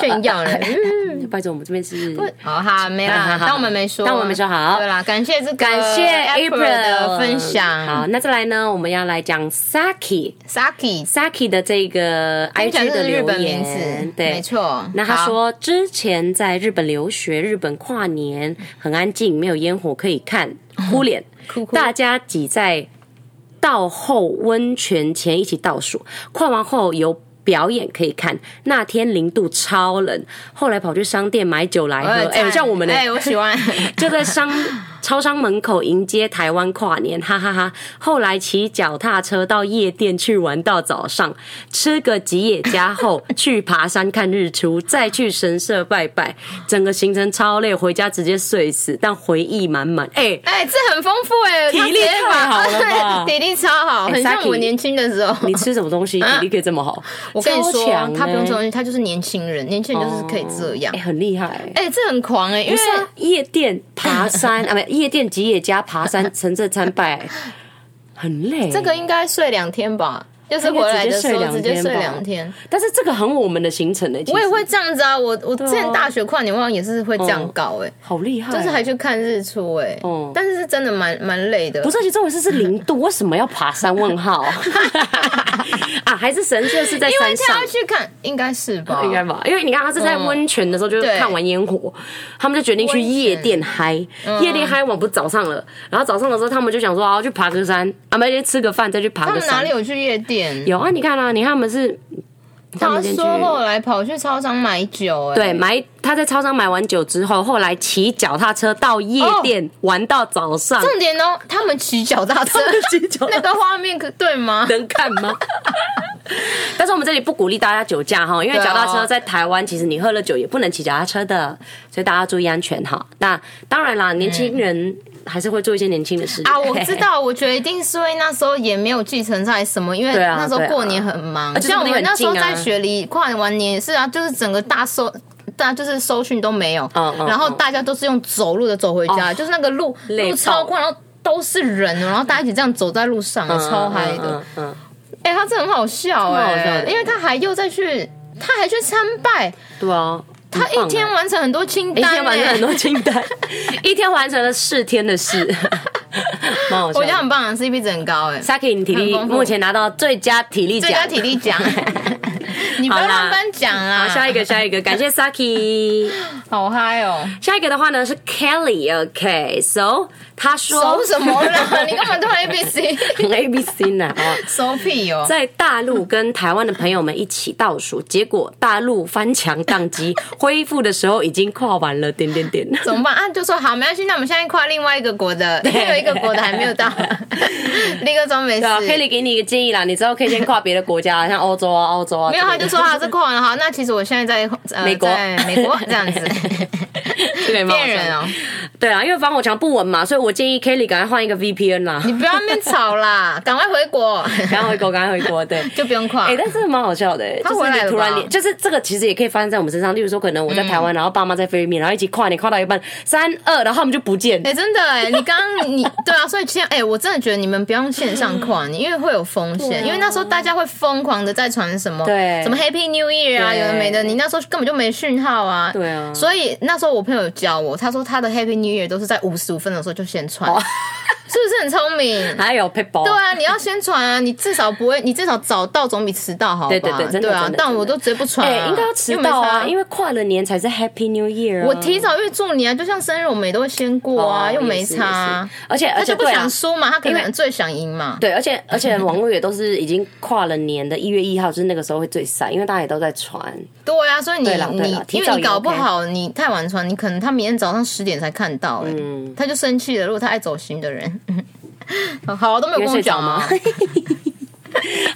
[SPEAKER 2] 炫耀呢。嗯
[SPEAKER 1] 不好意思，我们这边是
[SPEAKER 2] 好哈，没
[SPEAKER 1] 好
[SPEAKER 2] 啦
[SPEAKER 1] 呃好，好
[SPEAKER 2] 当我们没说，啊
[SPEAKER 1] 当我们没说好
[SPEAKER 2] 对啦，感谢这个
[SPEAKER 1] 感谢
[SPEAKER 2] April 的分享。
[SPEAKER 1] 好，那再来呢，我们要来讲 Saki
[SPEAKER 2] Saki，
[SPEAKER 1] Saki 的这个
[SPEAKER 2] 听起来
[SPEAKER 1] IG 的
[SPEAKER 2] 是日
[SPEAKER 1] 留
[SPEAKER 2] 本名
[SPEAKER 1] 言
[SPEAKER 2] 字，，
[SPEAKER 1] 对，
[SPEAKER 2] 没。错。
[SPEAKER 1] 那他
[SPEAKER 2] 好，
[SPEAKER 1] 说之前在日本留学，日本跨年很安静，没有烟火可以看，哭脸，
[SPEAKER 2] 哦哭哭
[SPEAKER 1] 大家挤在倒后温泉前一起倒数，跨完后有。表演可以看，那天零度超冷，后来跑去商店买酒来喝，
[SPEAKER 2] 哎
[SPEAKER 1] 哎、像我们的、
[SPEAKER 2] 哎，我 喜欢。
[SPEAKER 1] 就在商超商门口迎接台湾跨年，哈哈哈后来骑脚踏车到夜店去玩到早上，吃个吉野家后去爬山看日出，再去神社拜拜，整个行程超累，回家直接睡死，但回忆满 满。哎、
[SPEAKER 2] 哎，这很丰富哎，
[SPEAKER 1] 体力
[SPEAKER 2] 他直接把
[SPEAKER 1] 太好了吧
[SPEAKER 2] 体力超好，
[SPEAKER 1] 哎
[SPEAKER 2] 很像
[SPEAKER 1] Saki，
[SPEAKER 2] 我年轻的时候。
[SPEAKER 1] 你吃什么东西体力可以这么好？
[SPEAKER 2] 我跟你说哦
[SPEAKER 1] 超强，
[SPEAKER 2] 他不用
[SPEAKER 1] 欸
[SPEAKER 2] 这种东西，他就是年轻人，年轻人就是可以这样
[SPEAKER 1] 哎、。很厉害、欸。
[SPEAKER 2] 哎，这很狂哎，因
[SPEAKER 1] 不
[SPEAKER 2] 为
[SPEAKER 1] 是啊，夜店爬 山啊，不，夜店吉野家爬山，城镇参拜，很累。
[SPEAKER 2] 这个应该睡两天吧，就是回来的时
[SPEAKER 1] 嗯
[SPEAKER 2] 候
[SPEAKER 1] 他应
[SPEAKER 2] 直
[SPEAKER 1] 该
[SPEAKER 2] 接
[SPEAKER 1] 直接睡两天吧
[SPEAKER 2] 睡两天。
[SPEAKER 1] 但是这个很我们的行程呢、欸其实
[SPEAKER 2] 我也会这样子啊，我我之前
[SPEAKER 1] 啊嗯
[SPEAKER 2] 大学跨年，我好像也是会这样搞哎。
[SPEAKER 1] 好厉害，
[SPEAKER 2] 就是还去看日出哎、
[SPEAKER 1] 哦
[SPEAKER 2] 但是是真的蛮蛮累的。
[SPEAKER 1] 不是，而且重点是是零度，为什么要爬山？问 号啊，还是神社是在
[SPEAKER 2] 因为
[SPEAKER 1] 山上
[SPEAKER 2] 他要。去看，应该是吧？
[SPEAKER 1] 应该吧，因为你看他是在温泉的时候，就是
[SPEAKER 2] 嗯对
[SPEAKER 1] 看完烟火，他们就决定去夜店嗨。夜店嗨完不是早上了，然后早上的时候他们就想说啊，去爬个山，啊，没先吃个饭再去爬
[SPEAKER 2] 他
[SPEAKER 1] 个
[SPEAKER 2] 们哪
[SPEAKER 1] 山
[SPEAKER 2] 里。有去夜店？
[SPEAKER 1] 有啊，你看啊，你看他们是，他
[SPEAKER 2] 他
[SPEAKER 1] 们先去
[SPEAKER 2] 说后来跑去超商买酒哎、
[SPEAKER 1] 对，买他在超商买完酒之后，后来骑脚踏车到夜店
[SPEAKER 2] 哦
[SPEAKER 1] 玩到早上，
[SPEAKER 2] 重点哦，他们骑脚踏 车，
[SPEAKER 1] 骑脚踏
[SPEAKER 2] 那个画面可对吗？
[SPEAKER 1] 能看吗？但是我们这里不鼓励大家酒驾哈，因为
[SPEAKER 2] 对啊
[SPEAKER 1] 脚踏车在台湾，其实你喝了酒也不能骑脚踏车的，所以大家注意安全哈。那当然啦，年轻人还是会做一些年轻的事
[SPEAKER 2] 嗯啊，我知，道，我觉得一定是因为那时候也没有继承在什么，因为
[SPEAKER 1] 对啊
[SPEAKER 2] 那时候
[SPEAKER 1] 对啊
[SPEAKER 2] 过年很忙，
[SPEAKER 1] 而且
[SPEAKER 2] 像我们那时
[SPEAKER 1] 说
[SPEAKER 2] 候
[SPEAKER 1] 不定很
[SPEAKER 2] 在
[SPEAKER 1] 近啊
[SPEAKER 2] 雪梨跨完年也是啊，就是整个大收。大就是收讯都没有，
[SPEAKER 1] 嗯嗯
[SPEAKER 2] 然后大家都是用走路的走回家，
[SPEAKER 1] 哦
[SPEAKER 2] 就是那个路
[SPEAKER 1] 累爆
[SPEAKER 2] 路超宽，然后都是人，哦然后大家一起这样走在路上，超嗨的。
[SPEAKER 1] 嗯，嗯，
[SPEAKER 2] 哎、他这很好笑
[SPEAKER 1] 蛮好笑
[SPEAKER 2] 哎、
[SPEAKER 1] 的
[SPEAKER 2] 因为他还又再去，他还去参拜，
[SPEAKER 1] 对啊，
[SPEAKER 2] 他
[SPEAKER 1] 很棒
[SPEAKER 2] 一
[SPEAKER 1] 啊
[SPEAKER 2] 天。完成很多清
[SPEAKER 1] 一
[SPEAKER 2] 单、哎
[SPEAKER 1] 天完成很多清 单，一天完成了四天的事，蛮好笑
[SPEAKER 2] 我觉得
[SPEAKER 1] 的。
[SPEAKER 2] 很棒啊，CP 值很高哎、
[SPEAKER 1] Saki，你体力
[SPEAKER 2] 很丰富
[SPEAKER 1] 目前拿到最佳体力
[SPEAKER 2] 最
[SPEAKER 1] 奖
[SPEAKER 2] 佳，体力奖， 你不
[SPEAKER 1] 好
[SPEAKER 2] 要
[SPEAKER 1] 啦
[SPEAKER 2] 乱颁奖啊！
[SPEAKER 1] 好，下一个，下一个，感谢 Saki。
[SPEAKER 2] 好嗨哦！
[SPEAKER 1] 下一个的话呢是 Kelly，OK，So、他说
[SPEAKER 2] 熟什么啦？ 你干嘛突然 A B C？
[SPEAKER 1] 很 A B C 呢？哦，
[SPEAKER 2] 熟屁哦！
[SPEAKER 1] 在大陆跟台湾的朋友们一起倒数，结果大陆翻墙宕 机，恢复的时候已经跨完了点点点。
[SPEAKER 2] 怎么办啊？就说好，没关系，那我们现在跨另外一个国 的，因为有一个国的还没有到，另一个装没事
[SPEAKER 1] 对。啊，Kelly 给你一个建议啦，你之后可以先跨别的国家，像欧洲啊、澳洲啊之
[SPEAKER 2] 没
[SPEAKER 1] 类
[SPEAKER 2] 有，
[SPEAKER 1] 的。
[SPEAKER 2] 他就说 啊，这跨完了，好，那其实我现在在呃
[SPEAKER 1] 美国
[SPEAKER 2] 在美国这 样子，
[SPEAKER 1] 这个也蛮好
[SPEAKER 2] 骗
[SPEAKER 1] 笑的
[SPEAKER 2] 人哦！
[SPEAKER 1] 对啊，因为防火墙不稳嘛，所以我建议 Kelly 赶快换一个 VPN 啦，
[SPEAKER 2] 你不要在那边吵啦，赶快回国，
[SPEAKER 1] 赶快回国，赶快回国，对。
[SPEAKER 2] 就不用跨
[SPEAKER 1] 哎、。但真的蛮好笑的、欸，
[SPEAKER 2] 啊他
[SPEAKER 1] 就是
[SPEAKER 2] 回来
[SPEAKER 1] 你
[SPEAKER 2] 了
[SPEAKER 1] 突然
[SPEAKER 2] 吧
[SPEAKER 1] 连，就是这个其实也可以发生在我们身上。例如说，可能我在台
[SPEAKER 2] 嗯
[SPEAKER 1] 湾，然后爸妈在菲律宾，然后一起跨年跨到一半，三二，然后他们就不见。
[SPEAKER 2] 哎、真 的哎、你刚刚你对啊，所以现在哎、我真的觉得你们不用线上跨年，因为会有风险，因为那时候大家会疯狂的在传什么，
[SPEAKER 1] 啊对
[SPEAKER 2] 什么 Happy New Year 啊，
[SPEAKER 1] 对
[SPEAKER 2] 有的没的，你那时候根本就没讯号啊，
[SPEAKER 1] 对啊
[SPEAKER 2] 所以那时候我朋友有教我，他说他的 Happy New Year 都是在五十五分的时候就先传，是不是很聪明？
[SPEAKER 1] 还有 p a p e
[SPEAKER 2] 对啊，你要先传啊，你至少不会，你至少早到总比迟到好吧？
[SPEAKER 1] 对对对真的
[SPEAKER 2] 啊
[SPEAKER 1] 真的，
[SPEAKER 2] 但我都直接不传、
[SPEAKER 1] 哎、
[SPEAKER 2] 啊，
[SPEAKER 1] 应该要迟
[SPEAKER 2] 又没
[SPEAKER 1] 到啊，
[SPEAKER 2] 差
[SPEAKER 1] 因为跨了年才是 Happy New Year、啊。
[SPEAKER 2] 我提早预祝你啊，就像生日我们也都会先过啊，
[SPEAKER 1] 哦
[SPEAKER 2] 又没
[SPEAKER 1] 也是
[SPEAKER 2] 差啊、
[SPEAKER 1] 也是而且而
[SPEAKER 2] 他
[SPEAKER 1] 且
[SPEAKER 2] 就不
[SPEAKER 1] 对啊
[SPEAKER 2] 想输嘛，他可
[SPEAKER 1] 因为
[SPEAKER 2] 能最想赢嘛。
[SPEAKER 1] 对，而且而且网络也都是已经跨了年的一月一号，就是那个时候会最晒，因为大家也都在传。
[SPEAKER 2] 对啊，所以你
[SPEAKER 1] 对啦对
[SPEAKER 2] 你
[SPEAKER 1] 啦提
[SPEAKER 2] 因
[SPEAKER 1] 早
[SPEAKER 2] 为你
[SPEAKER 1] 也 OK
[SPEAKER 2] 搞不好你太晚传，你可能他明天早上十点才看到、哎、
[SPEAKER 1] 嗯
[SPEAKER 2] 他就 生气了。如果他爱走心的人，好，都没有
[SPEAKER 1] 你会
[SPEAKER 2] 跟我
[SPEAKER 1] 睡着
[SPEAKER 2] 讲
[SPEAKER 1] 吗
[SPEAKER 2] 啊。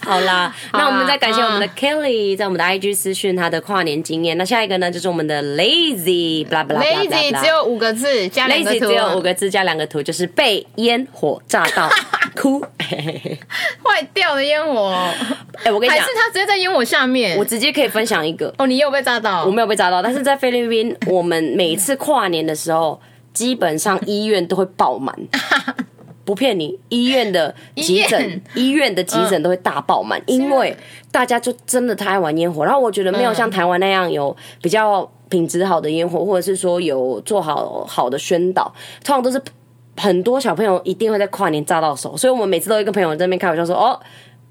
[SPEAKER 1] 好啦，那我们再感谢我们的
[SPEAKER 2] 嗯
[SPEAKER 1] Kelly 在我们的 IG 私讯她的跨年经验。那下一个呢，就是我们的 Lazy，blah blah blah blah blah
[SPEAKER 2] lazy 只有五个字，加两个
[SPEAKER 1] Lazy
[SPEAKER 2] 图，啊
[SPEAKER 1] 只有五个字加两个图，就是被烟火炸到哭。 哎、
[SPEAKER 2] 坏掉的烟火，
[SPEAKER 1] 我跟你
[SPEAKER 2] 还
[SPEAKER 1] 讲
[SPEAKER 2] 是，他直接在烟火下面
[SPEAKER 1] 我？直接可以分享一个，
[SPEAKER 2] 哦，你又被炸到
[SPEAKER 1] 我，没有被炸到，但是在菲律宾， 我们每次跨年的时候，基本上医院都会爆 满。不骗你，医院的急
[SPEAKER 2] 医
[SPEAKER 1] 诊
[SPEAKER 2] 院，嗯
[SPEAKER 1] 医院的急诊都会大爆满，因为大家就真的太爱玩烟火。然后我觉得没有像台湾那样有比较品质好的烟火，或者是说有做好好的宣导，通常都是很多小朋友一定会在跨年炸到手，所以我们每次都会跟朋友在那边开玩笑说：“哦，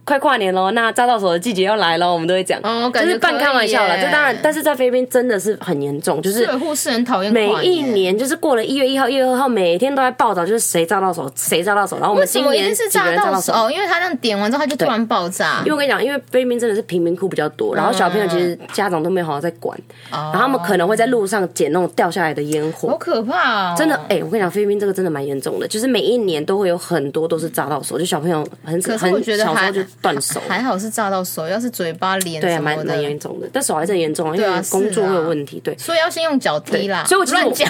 [SPEAKER 1] 快跨年喽，那炸到手的季节要来喽。”我们都会讲，
[SPEAKER 2] 哦
[SPEAKER 1] 就
[SPEAKER 2] 感觉
[SPEAKER 1] 是半开玩笑啦。
[SPEAKER 2] 可以
[SPEAKER 1] 这
[SPEAKER 2] 耶
[SPEAKER 1] 当然，但是在菲律宾真的是很严重，就是
[SPEAKER 2] 对护士很讨厌
[SPEAKER 1] 每
[SPEAKER 2] 跨
[SPEAKER 1] 一
[SPEAKER 2] 年。
[SPEAKER 1] 年就是过了一月一号、一月二号，每天都在报道，就是谁炸到手，谁炸到手。然后我
[SPEAKER 2] 为
[SPEAKER 1] 们
[SPEAKER 2] 什
[SPEAKER 1] 今
[SPEAKER 2] 么一
[SPEAKER 1] 年
[SPEAKER 2] 定是
[SPEAKER 1] 几个人炸
[SPEAKER 2] 到
[SPEAKER 1] 到
[SPEAKER 2] 手？
[SPEAKER 1] 手。
[SPEAKER 2] 哦，因为他那点完之后，他就突然爆炸
[SPEAKER 1] 因。为我跟你讲，因为菲律宾真的是贫民窟比较多，
[SPEAKER 2] 啊
[SPEAKER 1] 然后小朋友其实家长都没有好好在管，然后他们可能会在路上捡那种掉下来的烟火，
[SPEAKER 2] 好可怕啊哦！
[SPEAKER 1] 真的，哎、我跟你讲，菲律宾这个真的蛮严重的，就是每一年都会有很多都是炸到手，就小朋友很
[SPEAKER 2] 可是我
[SPEAKER 1] 很
[SPEAKER 2] 觉得
[SPEAKER 1] 小时
[SPEAKER 2] 还
[SPEAKER 1] 候就断手，
[SPEAKER 2] 还好是炸到手，要是嘴巴脸
[SPEAKER 1] 对啊，
[SPEAKER 2] 什
[SPEAKER 1] 蛮
[SPEAKER 2] 么
[SPEAKER 1] 蛮
[SPEAKER 2] 的，
[SPEAKER 1] 严重的。但手还是很严重啊，因
[SPEAKER 2] 对啊
[SPEAKER 1] 为工作
[SPEAKER 2] 是啊
[SPEAKER 1] 会有问题，对。
[SPEAKER 2] 所以要先用脚踢啦。
[SPEAKER 1] 所以我其实我
[SPEAKER 2] 乱脚，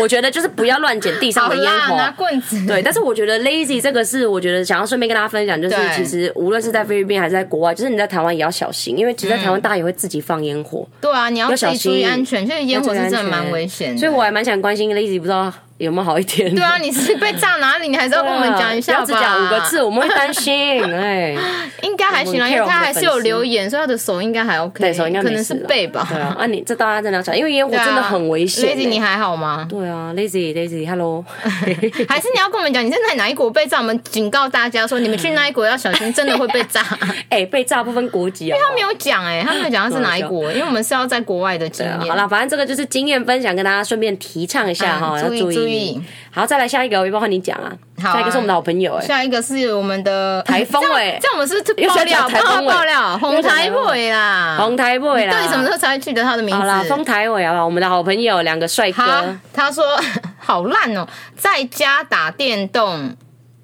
[SPEAKER 1] 我觉得就是不要乱捡地上
[SPEAKER 2] 好
[SPEAKER 1] 的烟
[SPEAKER 2] 啦，拿
[SPEAKER 1] 火。
[SPEAKER 2] 棍子。
[SPEAKER 1] 对，但是我觉得 lazy 这个是我觉得想要顺便跟大家分享，就是
[SPEAKER 2] 对
[SPEAKER 1] 其实无论是在菲律宾还是在国外，就是你在台湾也要小心，因为其实在台湾大家也会自己放烟火，
[SPEAKER 2] 对啊，你要
[SPEAKER 1] 要
[SPEAKER 2] 自
[SPEAKER 1] 小
[SPEAKER 2] 己注意
[SPEAKER 1] 心
[SPEAKER 2] 安全，就是烟火是真的
[SPEAKER 1] 安全
[SPEAKER 2] 蛮危险的。
[SPEAKER 1] 所以我还蛮想关心 lazy 不知道有没有好一点。
[SPEAKER 2] 嗯对啊，你是被炸哪里？你还是要跟我们讲一 下吧。
[SPEAKER 1] 不要只讲五个字，，我们会担心。哎，
[SPEAKER 2] 应该还行啦，
[SPEAKER 1] 我们
[SPEAKER 2] 因
[SPEAKER 1] care
[SPEAKER 2] 为
[SPEAKER 1] 我们的
[SPEAKER 2] 他还是有留言，所以他的手应该还 OK，
[SPEAKER 1] 对手应该
[SPEAKER 2] 可
[SPEAKER 1] 没
[SPEAKER 2] 能
[SPEAKER 1] 事
[SPEAKER 2] 是
[SPEAKER 1] 了
[SPEAKER 2] 背吧。
[SPEAKER 1] 对啊，啊你这大家真的要小心，因为烟火
[SPEAKER 2] 对啊
[SPEAKER 1] 真的很危险、
[SPEAKER 2] Lady，你
[SPEAKER 1] 欸。
[SPEAKER 2] 还好吗？
[SPEAKER 1] 对啊，lazy lazy hello，
[SPEAKER 2] 还是你要跟我们讲你是在哪一国被炸？我们警告大家说，你们去那一国要小心，真的会被 炸。
[SPEAKER 1] 哎、被炸不分国籍啊。
[SPEAKER 2] 他没有讲哎、他没有讲他是哪一国，因为我们是要在国外的经
[SPEAKER 1] 对啊
[SPEAKER 2] 验。
[SPEAKER 1] 好啦，反正这个就是经验分享，跟大家顺便提倡一下哈，
[SPEAKER 2] 嗯
[SPEAKER 1] 要
[SPEAKER 2] 注意
[SPEAKER 1] 注
[SPEAKER 2] 注意。
[SPEAKER 1] 好，再来下一个，我要不要换你讲啊？
[SPEAKER 2] 好啊
[SPEAKER 1] 下一个是我们的好朋友哎、
[SPEAKER 2] 下一个是我们的
[SPEAKER 1] 台风
[SPEAKER 2] 这样
[SPEAKER 1] 欸
[SPEAKER 2] 这样我们是
[SPEAKER 1] 又
[SPEAKER 2] 爆
[SPEAKER 1] 想
[SPEAKER 2] 料
[SPEAKER 1] 讲台
[SPEAKER 2] 爆
[SPEAKER 1] 风欸
[SPEAKER 2] 爆料红台尾啦，
[SPEAKER 1] 洪台伟啦。
[SPEAKER 2] 啊到底什么时候才会记得他的名字？
[SPEAKER 1] 好啦，丰台伟好吧，我们的好朋友，两个帅
[SPEAKER 2] 他
[SPEAKER 1] 哥。
[SPEAKER 2] 他说 好烂哦，在家打电动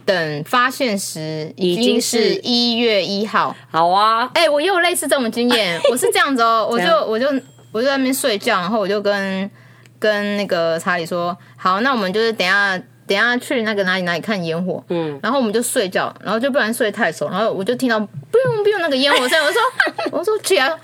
[SPEAKER 2] 等发现时已
[SPEAKER 1] 已经
[SPEAKER 2] 经
[SPEAKER 1] 是
[SPEAKER 2] 是一月一号。
[SPEAKER 1] 好啊，
[SPEAKER 2] 哎、我也有类似这种经验， 我是这样 子哦，我
[SPEAKER 1] 怎
[SPEAKER 2] 就
[SPEAKER 1] 样
[SPEAKER 2] 我就我就在那边睡觉，然后我就跟跟那个查理说，好，那我们就是等一下等一下去那个哪里哪里看烟火，
[SPEAKER 1] 嗯，
[SPEAKER 2] 然后我们就睡觉，然后就不然睡太熟，然后我就听到不用不用那个烟火声，我说 我说起来干，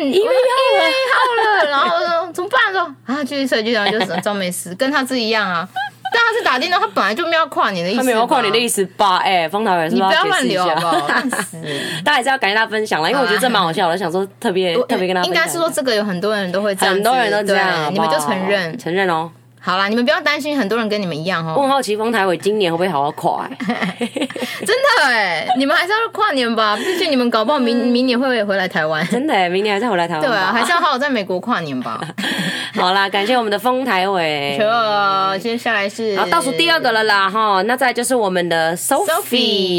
[SPEAKER 2] 因为好了，然后我说怎么办？说啊继续睡，继续睡，就是装没事，跟他是一样啊，但他是打电动，他本来就没有要跨年的意思，
[SPEAKER 1] 他没有要跨你的意
[SPEAKER 2] 思，
[SPEAKER 1] 思吧？哎、丰台伟是
[SPEAKER 2] 你
[SPEAKER 1] 不
[SPEAKER 2] 不
[SPEAKER 1] 是
[SPEAKER 2] 要
[SPEAKER 1] 解
[SPEAKER 2] 乱
[SPEAKER 1] 释一
[SPEAKER 2] 留好
[SPEAKER 1] 下？
[SPEAKER 2] 不好？ 烂死
[SPEAKER 1] 大家还是要感谢他分享啦，因为我觉得这蛮好笑的，我想说特别啊特别跟他
[SPEAKER 2] 应
[SPEAKER 1] 分享
[SPEAKER 2] 该是说这个有很多人都会这样
[SPEAKER 1] 很
[SPEAKER 2] 子，
[SPEAKER 1] 多人都这样，
[SPEAKER 2] 对
[SPEAKER 1] 好不
[SPEAKER 2] 你
[SPEAKER 1] 好
[SPEAKER 2] 们就承认。
[SPEAKER 1] 承认哦。
[SPEAKER 2] 好啦，你们不要担心，很多人跟你们一样
[SPEAKER 1] 我
[SPEAKER 2] 哦，
[SPEAKER 1] 很好奇丰台伟今年会不会好好垮、 欸？
[SPEAKER 2] 真的哎， 你们还是要跨年吧，毕竟你们搞不好
[SPEAKER 1] 嗯
[SPEAKER 2] 明明年会回来台湾。
[SPEAKER 1] 真的、欸，明年还是回来台湾吧？
[SPEAKER 2] 对啊，还是要好好在美国跨年吧。
[SPEAKER 1] 好啦，感谢我们的丰台 伟。
[SPEAKER 2] 这接下来是
[SPEAKER 1] 好，倒数第二个了啦哈，那再来就是我们的
[SPEAKER 2] Sophie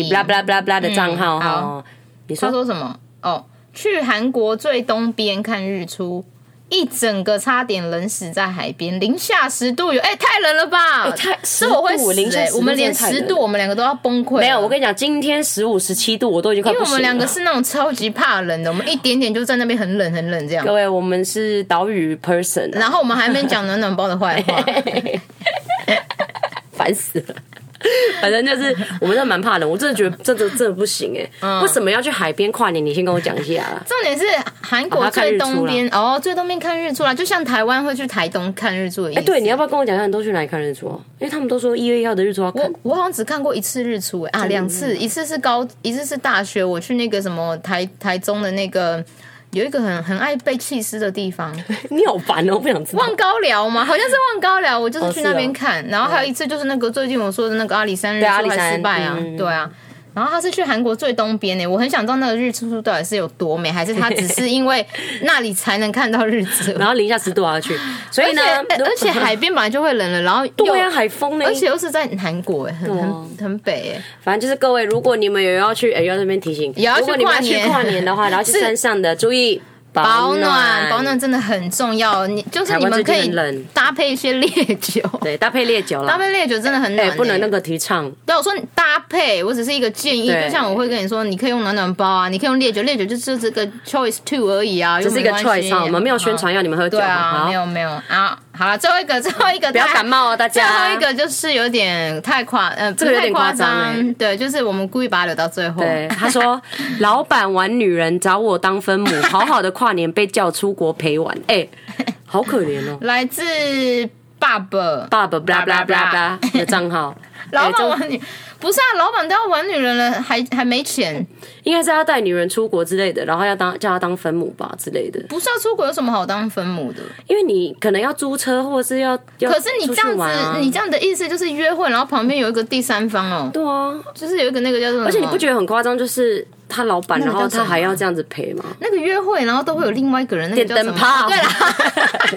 [SPEAKER 1] Sophie，blah blah blah blah 的账号
[SPEAKER 2] 嗯
[SPEAKER 1] 哈、
[SPEAKER 2] 好
[SPEAKER 1] 你
[SPEAKER 2] 他
[SPEAKER 1] 说
[SPEAKER 2] 说什么？哦，去韩国最东边看日出，一整个差点冷死在海边，零下十度有，哎、太冷了吧！
[SPEAKER 1] 太
[SPEAKER 2] 这我会
[SPEAKER 1] 10度
[SPEAKER 2] 死、
[SPEAKER 1] 零下
[SPEAKER 2] 哎
[SPEAKER 1] 10
[SPEAKER 2] 我们连
[SPEAKER 1] 真的太
[SPEAKER 2] 十
[SPEAKER 1] 冷
[SPEAKER 2] 度，我们两个都要崩溃。
[SPEAKER 1] 没有？我跟你讲，今天十五、十七度，我都已经快
[SPEAKER 2] 因
[SPEAKER 1] 不
[SPEAKER 2] 为我
[SPEAKER 1] 行了。啊
[SPEAKER 2] 们两 个是那种超级怕冷的，我们一点点就在那边很冷很冷这样
[SPEAKER 1] 各。位，我们是岛屿 person，啊
[SPEAKER 2] 然后我们还没讲暖暖包的坏 话，
[SPEAKER 1] 烦死了。反正就是，我们真的蛮怕冷，我真的觉得这这这不行哎、
[SPEAKER 2] 嗯
[SPEAKER 1] 为什么要去海边跨年？你先跟我讲一下啊 啦。
[SPEAKER 2] 重点是韩
[SPEAKER 1] 哦
[SPEAKER 2] 国
[SPEAKER 1] 他看
[SPEAKER 2] 最
[SPEAKER 1] 日出
[SPEAKER 2] 东边哦，最东边看日出啦，就像台湾会去台东看日出的意思。
[SPEAKER 1] 哎、对，你要不要跟我讲一下你都去哪里看日出啊？因为他们都说一月一号的日出要看
[SPEAKER 2] 我，我好像只看过一次日出、欸、啊，两次，一次是高，一次是大学，我去那个什么台台中的那个有一个很很爱被弃尸的 地方，
[SPEAKER 1] 你好烦哦、我不想知道。
[SPEAKER 2] 望高寮吗？好像是望高寮，我就是去那边
[SPEAKER 1] 哦是
[SPEAKER 2] 看。然后还有一次就是那个最近我说的那个阿里山日出
[SPEAKER 1] 阿里
[SPEAKER 2] 还
[SPEAKER 1] 山
[SPEAKER 2] 失败啊，
[SPEAKER 1] 嗯
[SPEAKER 2] 对啊。然后他是去韩国最东边呢、欸我很想知道那个日出到底是有多美，还是他只是因为那里才能看到日出？
[SPEAKER 1] 然后零下十度还啊要去，所以
[SPEAKER 2] 而且
[SPEAKER 1] 呢，如
[SPEAKER 2] 而且海边本来就会冷了，然后又
[SPEAKER 1] 对啊，海风呢？
[SPEAKER 2] 而且又是在韩国、欸，很
[SPEAKER 1] 对啊
[SPEAKER 2] 很很北、欸，
[SPEAKER 1] 反正就是各位，如果你们有要去，哎、要这边提醒，
[SPEAKER 2] 也要去
[SPEAKER 1] 如果你们要
[SPEAKER 2] 跨年
[SPEAKER 1] 去跨年的话，然后去山上的注意。保
[SPEAKER 2] 保暖，保暖真的很重要。你就是
[SPEAKER 1] 台湾
[SPEAKER 2] 你们可
[SPEAKER 1] 最
[SPEAKER 2] 以
[SPEAKER 1] 近很冷
[SPEAKER 2] 搭配一些烈酒，
[SPEAKER 1] 对，搭配烈酒
[SPEAKER 2] 搭
[SPEAKER 1] 啦。
[SPEAKER 2] 配烈酒真的很暖、
[SPEAKER 1] 哎、
[SPEAKER 2] 欸
[SPEAKER 1] 不能那个提倡，
[SPEAKER 2] 对，我说你搭配，我只是一个建议。
[SPEAKER 1] 对
[SPEAKER 2] 就像我会跟你说，你可以用暖暖包啊，你可以用烈酒，烈酒就是这个 choice two 而已啊，
[SPEAKER 1] 这
[SPEAKER 2] 这
[SPEAKER 1] 是一个 choice 啊，我们没有宣传要你们喝酒，
[SPEAKER 2] 对啊，
[SPEAKER 1] 好嗯
[SPEAKER 2] 没，有没有啊。好了，最后一个，最后一个，
[SPEAKER 1] 不要感。冒哦，大
[SPEAKER 2] 最
[SPEAKER 1] 家。
[SPEAKER 2] 后一个就是有点太夸，呃，这
[SPEAKER 1] 个有点
[SPEAKER 2] 夸
[SPEAKER 1] 夸张欸
[SPEAKER 2] 对，就是我们故意把它留到最后。
[SPEAKER 1] 对，他说老板玩女人找我当分母，好好的跨年被叫出国陪玩，哎、好可怜哦。
[SPEAKER 2] 来自爸爸，
[SPEAKER 1] 爸 爸 blah blah blah blah 的账号，
[SPEAKER 2] 老
[SPEAKER 1] 哎这
[SPEAKER 2] 板玩女，不是啊，老板都要玩女人了，还还没钱，
[SPEAKER 1] 应该是要带女人出国之类的，然后要当叫她当分母吧之类的，
[SPEAKER 2] 不是要出国有什么好当分母的？
[SPEAKER 1] 因为你可能要租车或者是要，要
[SPEAKER 2] 可是你这
[SPEAKER 1] 出
[SPEAKER 2] 样
[SPEAKER 1] 去
[SPEAKER 2] 子，
[SPEAKER 1] 玩啊
[SPEAKER 2] 你这样的意思就是约会，然后旁边有一个第三方哦，
[SPEAKER 1] 对啊，
[SPEAKER 2] 就是有一个那个叫做什么，
[SPEAKER 1] 而且你不觉得很夸张？就是他老板，
[SPEAKER 2] 那个
[SPEAKER 1] 然
[SPEAKER 2] 叫
[SPEAKER 1] 后
[SPEAKER 2] 什
[SPEAKER 1] 他
[SPEAKER 2] 么
[SPEAKER 1] 还要这样子赔吗？
[SPEAKER 2] 那个约会，然后都会有另外一个人，那个
[SPEAKER 1] 电
[SPEAKER 2] 叫什
[SPEAKER 1] 灯
[SPEAKER 2] 么？
[SPEAKER 1] 泡，
[SPEAKER 2] 对啦，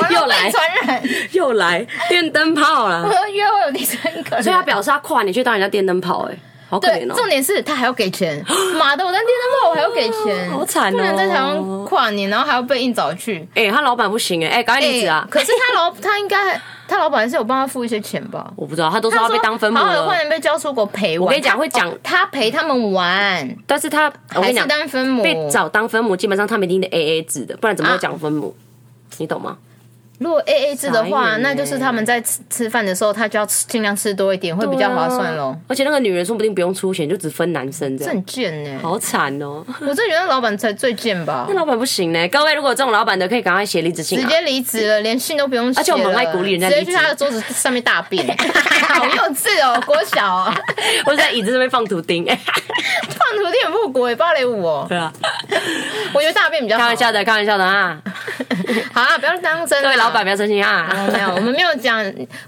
[SPEAKER 2] 完了
[SPEAKER 1] 又来
[SPEAKER 2] 被传 染，
[SPEAKER 1] 又来电灯泡啦
[SPEAKER 2] 我。 说约会有第三个人，
[SPEAKER 1] 所以他表示他跨年去当人家电灯泡、哎，好可
[SPEAKER 2] 对
[SPEAKER 1] 怜，哦、
[SPEAKER 2] 重点是他还要给钱， 妈的，我当电灯泡我还要给钱，
[SPEAKER 1] 好惨哦
[SPEAKER 2] 不能在台湾跨年，然后还要被硬找去。
[SPEAKER 1] 哎、他老板不行哎、哎、赶快离职啊
[SPEAKER 2] 欸！可是他老 他应该他老板还是有帮他付一些钱吧？
[SPEAKER 1] 我不知道，他都说
[SPEAKER 2] 他
[SPEAKER 1] 他
[SPEAKER 2] 说
[SPEAKER 1] 被当分母
[SPEAKER 2] 好好的换
[SPEAKER 1] 了，
[SPEAKER 2] 人被交出国陪玩。
[SPEAKER 1] 我跟你讲会讲
[SPEAKER 2] 哦他陪他们玩，
[SPEAKER 1] 但是他我跟
[SPEAKER 2] 还
[SPEAKER 1] 你
[SPEAKER 2] 是
[SPEAKER 1] 讲，
[SPEAKER 2] 当分母？
[SPEAKER 1] 被找当分母，基本上他们一定得 A A 制的，不然怎么会讲分母？
[SPEAKER 2] 啊
[SPEAKER 1] 你懂吗？
[SPEAKER 2] 如果 A A 制的
[SPEAKER 1] 傻眼
[SPEAKER 2] 话，
[SPEAKER 1] 欸
[SPEAKER 2] 那就是他们在吃吃饭的时候，他就要吃尽量吃多一点，会比较划算
[SPEAKER 1] 对
[SPEAKER 2] 咯。
[SPEAKER 1] 啊。而且那个女人说不定不用出钱，就只分男生这
[SPEAKER 2] 这
[SPEAKER 1] 样，
[SPEAKER 2] 很贱呢，
[SPEAKER 1] 好啊惨哦、
[SPEAKER 2] 我真的觉得老板才最贱吧
[SPEAKER 1] 那，老板不行呢、各位如果有这种老板的，可以赶快写离职信
[SPEAKER 2] 直
[SPEAKER 1] 啊！
[SPEAKER 2] 接离职了，连信都不用写了，
[SPEAKER 1] 而且我们很爱鼓励人家
[SPEAKER 2] 直
[SPEAKER 1] 离
[SPEAKER 2] 接
[SPEAKER 1] 职
[SPEAKER 2] 去他的桌子上面大 便，好幼稚哦，国小哦
[SPEAKER 1] 或者在椅子上面放图 钉。
[SPEAKER 2] 胖徒弟很复古耶，芭蕾舞哦，
[SPEAKER 1] 对啊，
[SPEAKER 2] 我觉得大便比较
[SPEAKER 1] 开
[SPEAKER 2] 好
[SPEAKER 1] 玩。笑的，开玩笑的啊！
[SPEAKER 2] 好啦，不要当真
[SPEAKER 1] 各
[SPEAKER 2] 啦，啊
[SPEAKER 1] 位老板不要生气
[SPEAKER 2] 我哦没
[SPEAKER 1] 啊！
[SPEAKER 2] 有，我们没有讲，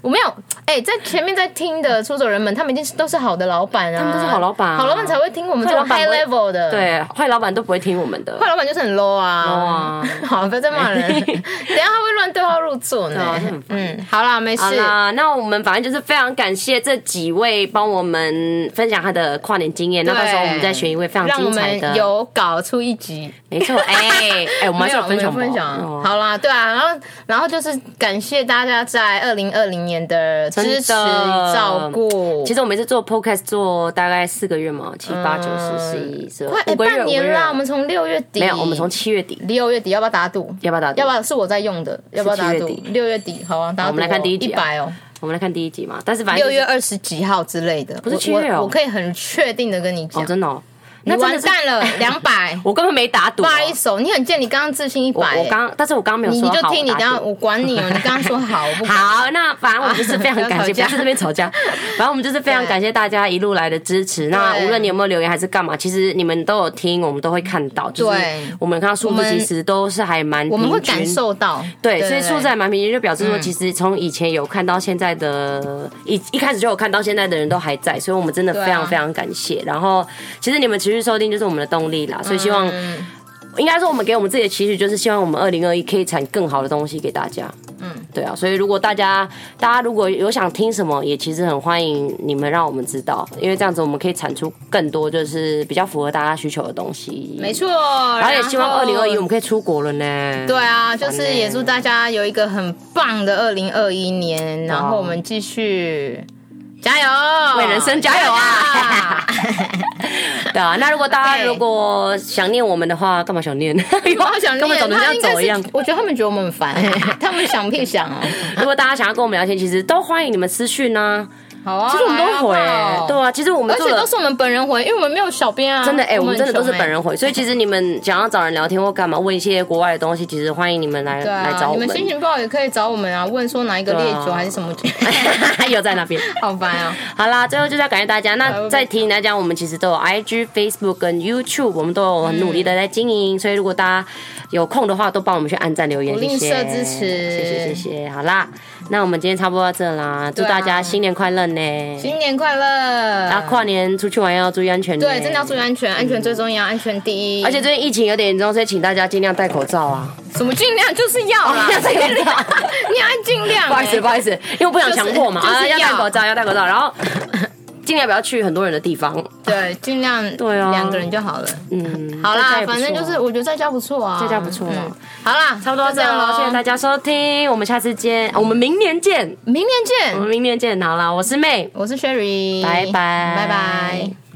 [SPEAKER 2] 我没有。哎、在前面在听的出走人们，他们一定是都是好的老板啊，他
[SPEAKER 1] 们都是好老板啊
[SPEAKER 2] 好老板才会听我们这种
[SPEAKER 1] 坏
[SPEAKER 2] high
[SPEAKER 1] 老板
[SPEAKER 2] level 的。，
[SPEAKER 1] 对，坏老板都不会听我们的
[SPEAKER 2] 坏。老板就是很 low 啊。
[SPEAKER 1] 啊
[SPEAKER 2] 好，不要再骂 人，等一下他会乱对号入座
[SPEAKER 1] 对
[SPEAKER 2] 呢
[SPEAKER 1] 啊这很。
[SPEAKER 2] 嗯，好啦，没事
[SPEAKER 1] 好。啦，那我们反正就是非常感谢这几位帮我们分享他的跨年经验。那
[SPEAKER 2] 对
[SPEAKER 1] 到时候我们再选一位非常
[SPEAKER 2] 让我
[SPEAKER 1] 精彩
[SPEAKER 2] 们
[SPEAKER 1] 的，
[SPEAKER 2] 有搞出一集，
[SPEAKER 1] 没 错，哎哎，我们还
[SPEAKER 2] 没
[SPEAKER 1] 是
[SPEAKER 2] 有
[SPEAKER 1] 有分
[SPEAKER 2] 没有
[SPEAKER 1] 享吧
[SPEAKER 2] 分享。
[SPEAKER 1] 哦
[SPEAKER 2] 好啦，对啊，然后然后就是感谢大家在二零二零年的支持
[SPEAKER 1] 真的
[SPEAKER 2] 照顾。
[SPEAKER 1] 其实我们是做 podcast 做大概四个月嘛，七八九十十一十
[SPEAKER 2] 快
[SPEAKER 1] 二，
[SPEAKER 2] 哎
[SPEAKER 1] 五个月，
[SPEAKER 2] 半
[SPEAKER 1] 五个
[SPEAKER 2] 年
[SPEAKER 1] 月
[SPEAKER 2] 啦，我们从六月底
[SPEAKER 1] 没有，我们从七月底，
[SPEAKER 2] 六月底要不要打赌？
[SPEAKER 1] 要不要打赌？
[SPEAKER 2] 要不要是我在用的？要不要打
[SPEAKER 1] 7
[SPEAKER 2] 赌
[SPEAKER 1] 月底？
[SPEAKER 2] 六月底，好啊，打赌哦。
[SPEAKER 1] 我们来看第一
[SPEAKER 2] 一
[SPEAKER 1] 集啊
[SPEAKER 2] 百哦，
[SPEAKER 1] 我们来看第一集嘛。但是反正
[SPEAKER 2] 六
[SPEAKER 1] 就是哦
[SPEAKER 2] 月二十几号之类的。不
[SPEAKER 1] 是七月哦
[SPEAKER 2] 我我可以很确定的跟你讲
[SPEAKER 1] 哦，，真的哦，
[SPEAKER 2] 你
[SPEAKER 1] 那真
[SPEAKER 2] 完
[SPEAKER 1] 的是
[SPEAKER 2] 蛋了， 两百，
[SPEAKER 1] 我根本没打赌、哦
[SPEAKER 2] 不好意思哦，你很贱，你刚刚自信一
[SPEAKER 1] 我
[SPEAKER 2] 百，
[SPEAKER 1] 我刚，但是我刚刚没有
[SPEAKER 2] 你
[SPEAKER 1] 说
[SPEAKER 2] 你就
[SPEAKER 1] 好
[SPEAKER 2] 听你，
[SPEAKER 1] 打
[SPEAKER 2] 等下
[SPEAKER 1] 赌
[SPEAKER 2] 我管你哦， 你刚刚说好，我不管。
[SPEAKER 1] 好，那反正我们就是非常感谢，不
[SPEAKER 2] 不 要吵架
[SPEAKER 1] 是这边吵架，反正我们就是非常感谢大家一路来的支持。那
[SPEAKER 2] 对
[SPEAKER 1] 无论你有没有留言还是干嘛，其实你们都有听，我们都会看到，就是
[SPEAKER 2] 对
[SPEAKER 1] 我们看到数
[SPEAKER 2] 我
[SPEAKER 1] 字
[SPEAKER 2] 们
[SPEAKER 1] 其实都是还蛮
[SPEAKER 2] 我们会
[SPEAKER 1] 平均
[SPEAKER 2] 感。受到，
[SPEAKER 1] 对，所以数字还蛮平均，就表示说，
[SPEAKER 2] 嗯
[SPEAKER 1] 其实从以前有看到现在的，一一开始就有看到现在的人都还在，所以我们真的
[SPEAKER 2] 对啊
[SPEAKER 1] 非常非常感谢。然后，其实你们持续收听就是我们的动力
[SPEAKER 2] 嗯
[SPEAKER 1] 啦，所以希望应该说，我们给我们自己的期许就是希望我们二零二一可以产更好的东西给大家。嗯，对啊，所以如果大家大家如果有想听什么，也其实很欢迎你们让我们知道，因为这样子我们可以产出更多就是比较符合大家需求的东西。
[SPEAKER 2] 没，错。然
[SPEAKER 1] 然后也希望
[SPEAKER 2] 后
[SPEAKER 1] 二零二一我们可以出国了呢。
[SPEAKER 2] 对啊，就是
[SPEAKER 1] 嘞
[SPEAKER 2] 也祝大家有一个很棒的二零二一年，然后我们继续加油，
[SPEAKER 1] 为人生加油啊！ 对啊，那如果大
[SPEAKER 2] OK
[SPEAKER 1] 家如果想念我们的话，干嘛想 念？
[SPEAKER 2] 我好想
[SPEAKER 1] 根本
[SPEAKER 2] 念，
[SPEAKER 1] 走得
[SPEAKER 2] 他
[SPEAKER 1] 像
[SPEAKER 2] 应该
[SPEAKER 1] 走一
[SPEAKER 2] 是
[SPEAKER 1] 样。
[SPEAKER 2] 我觉得他们觉得我们很烦，
[SPEAKER 1] 欸
[SPEAKER 2] 他们想屁想哦。
[SPEAKER 1] 如果大家想要跟我们聊天，其实都欢迎你们私讯啊。
[SPEAKER 2] 好啊，
[SPEAKER 1] 其实我们都回
[SPEAKER 2] 来啊，
[SPEAKER 1] 对啊，其实我们
[SPEAKER 2] 而
[SPEAKER 1] 做
[SPEAKER 2] 且
[SPEAKER 1] 的
[SPEAKER 2] 都是我们本人回，因为我们没有小编啊。
[SPEAKER 1] 真的哎、我们真的都是本
[SPEAKER 2] 很
[SPEAKER 1] 人回，所以其实你们想要找人聊天或干嘛，问一些国外的东西，其实欢迎你们来、
[SPEAKER 2] 穷哎。
[SPEAKER 1] 来
[SPEAKER 2] 对
[SPEAKER 1] 找
[SPEAKER 2] 啊，
[SPEAKER 1] 我
[SPEAKER 2] 你
[SPEAKER 1] 们
[SPEAKER 2] 们。心情不好也可以找我们啊，问说哪一个烈酒
[SPEAKER 1] 对啊
[SPEAKER 2] 还是什么 酒，
[SPEAKER 1] 又在那边。
[SPEAKER 2] 好烦啊！
[SPEAKER 1] 好啦，最后就是要感谢大家。
[SPEAKER 2] 拜拜
[SPEAKER 1] 那再提醒大家，我们其实都有 IG、Facebook 跟 YouTube，我们都有很努力的在经营。
[SPEAKER 2] 嗯
[SPEAKER 1] 所以如果大家有空的话，都帮我们去按赞、留言，
[SPEAKER 2] 不
[SPEAKER 1] 谢
[SPEAKER 2] 吝
[SPEAKER 1] 谢
[SPEAKER 2] 啬支持
[SPEAKER 1] 谢谢谢谢。好啦，那我们今天差不多到这啦，祝
[SPEAKER 2] 对啊
[SPEAKER 1] 大家新年快乐呢！
[SPEAKER 2] 新年快乐！
[SPEAKER 1] 大家跨年出去玩要注意安全呢，
[SPEAKER 2] 对，真的要注意安全，安全最重要，安全第一。
[SPEAKER 1] 而且最近疫情有点严重，所以请大家尽量戴口罩啊！
[SPEAKER 2] 什么尽量就是要啦，
[SPEAKER 1] 哦要这个
[SPEAKER 2] 尽量 你要尽量欸。
[SPEAKER 1] 不好意思，不好意思，因为我不想强迫嘛，
[SPEAKER 2] 就是就是
[SPEAKER 1] 啊，要戴口罩，要戴口罩。然后 尽量不要去很多人的地方。
[SPEAKER 2] 对，尽量
[SPEAKER 1] 对啊
[SPEAKER 2] 两个人就好了。
[SPEAKER 1] 嗯，
[SPEAKER 2] 好
[SPEAKER 1] 在家
[SPEAKER 2] 啦，
[SPEAKER 1] 也不
[SPEAKER 2] 反正
[SPEAKER 1] 错
[SPEAKER 2] 就是我觉得在家不错啊，
[SPEAKER 1] 在家不错啦
[SPEAKER 2] 嗯好啦，
[SPEAKER 1] 差不多
[SPEAKER 2] 就这样
[SPEAKER 1] 了，
[SPEAKER 2] 喽，
[SPEAKER 1] 谢谢大家收听，我们下次见，啊我们明年见，
[SPEAKER 2] 明年
[SPEAKER 1] 我
[SPEAKER 2] 见。
[SPEAKER 1] 们明年见，好啦，我是妹，
[SPEAKER 2] 我是 Sherry，
[SPEAKER 1] 拜拜
[SPEAKER 2] 拜拜。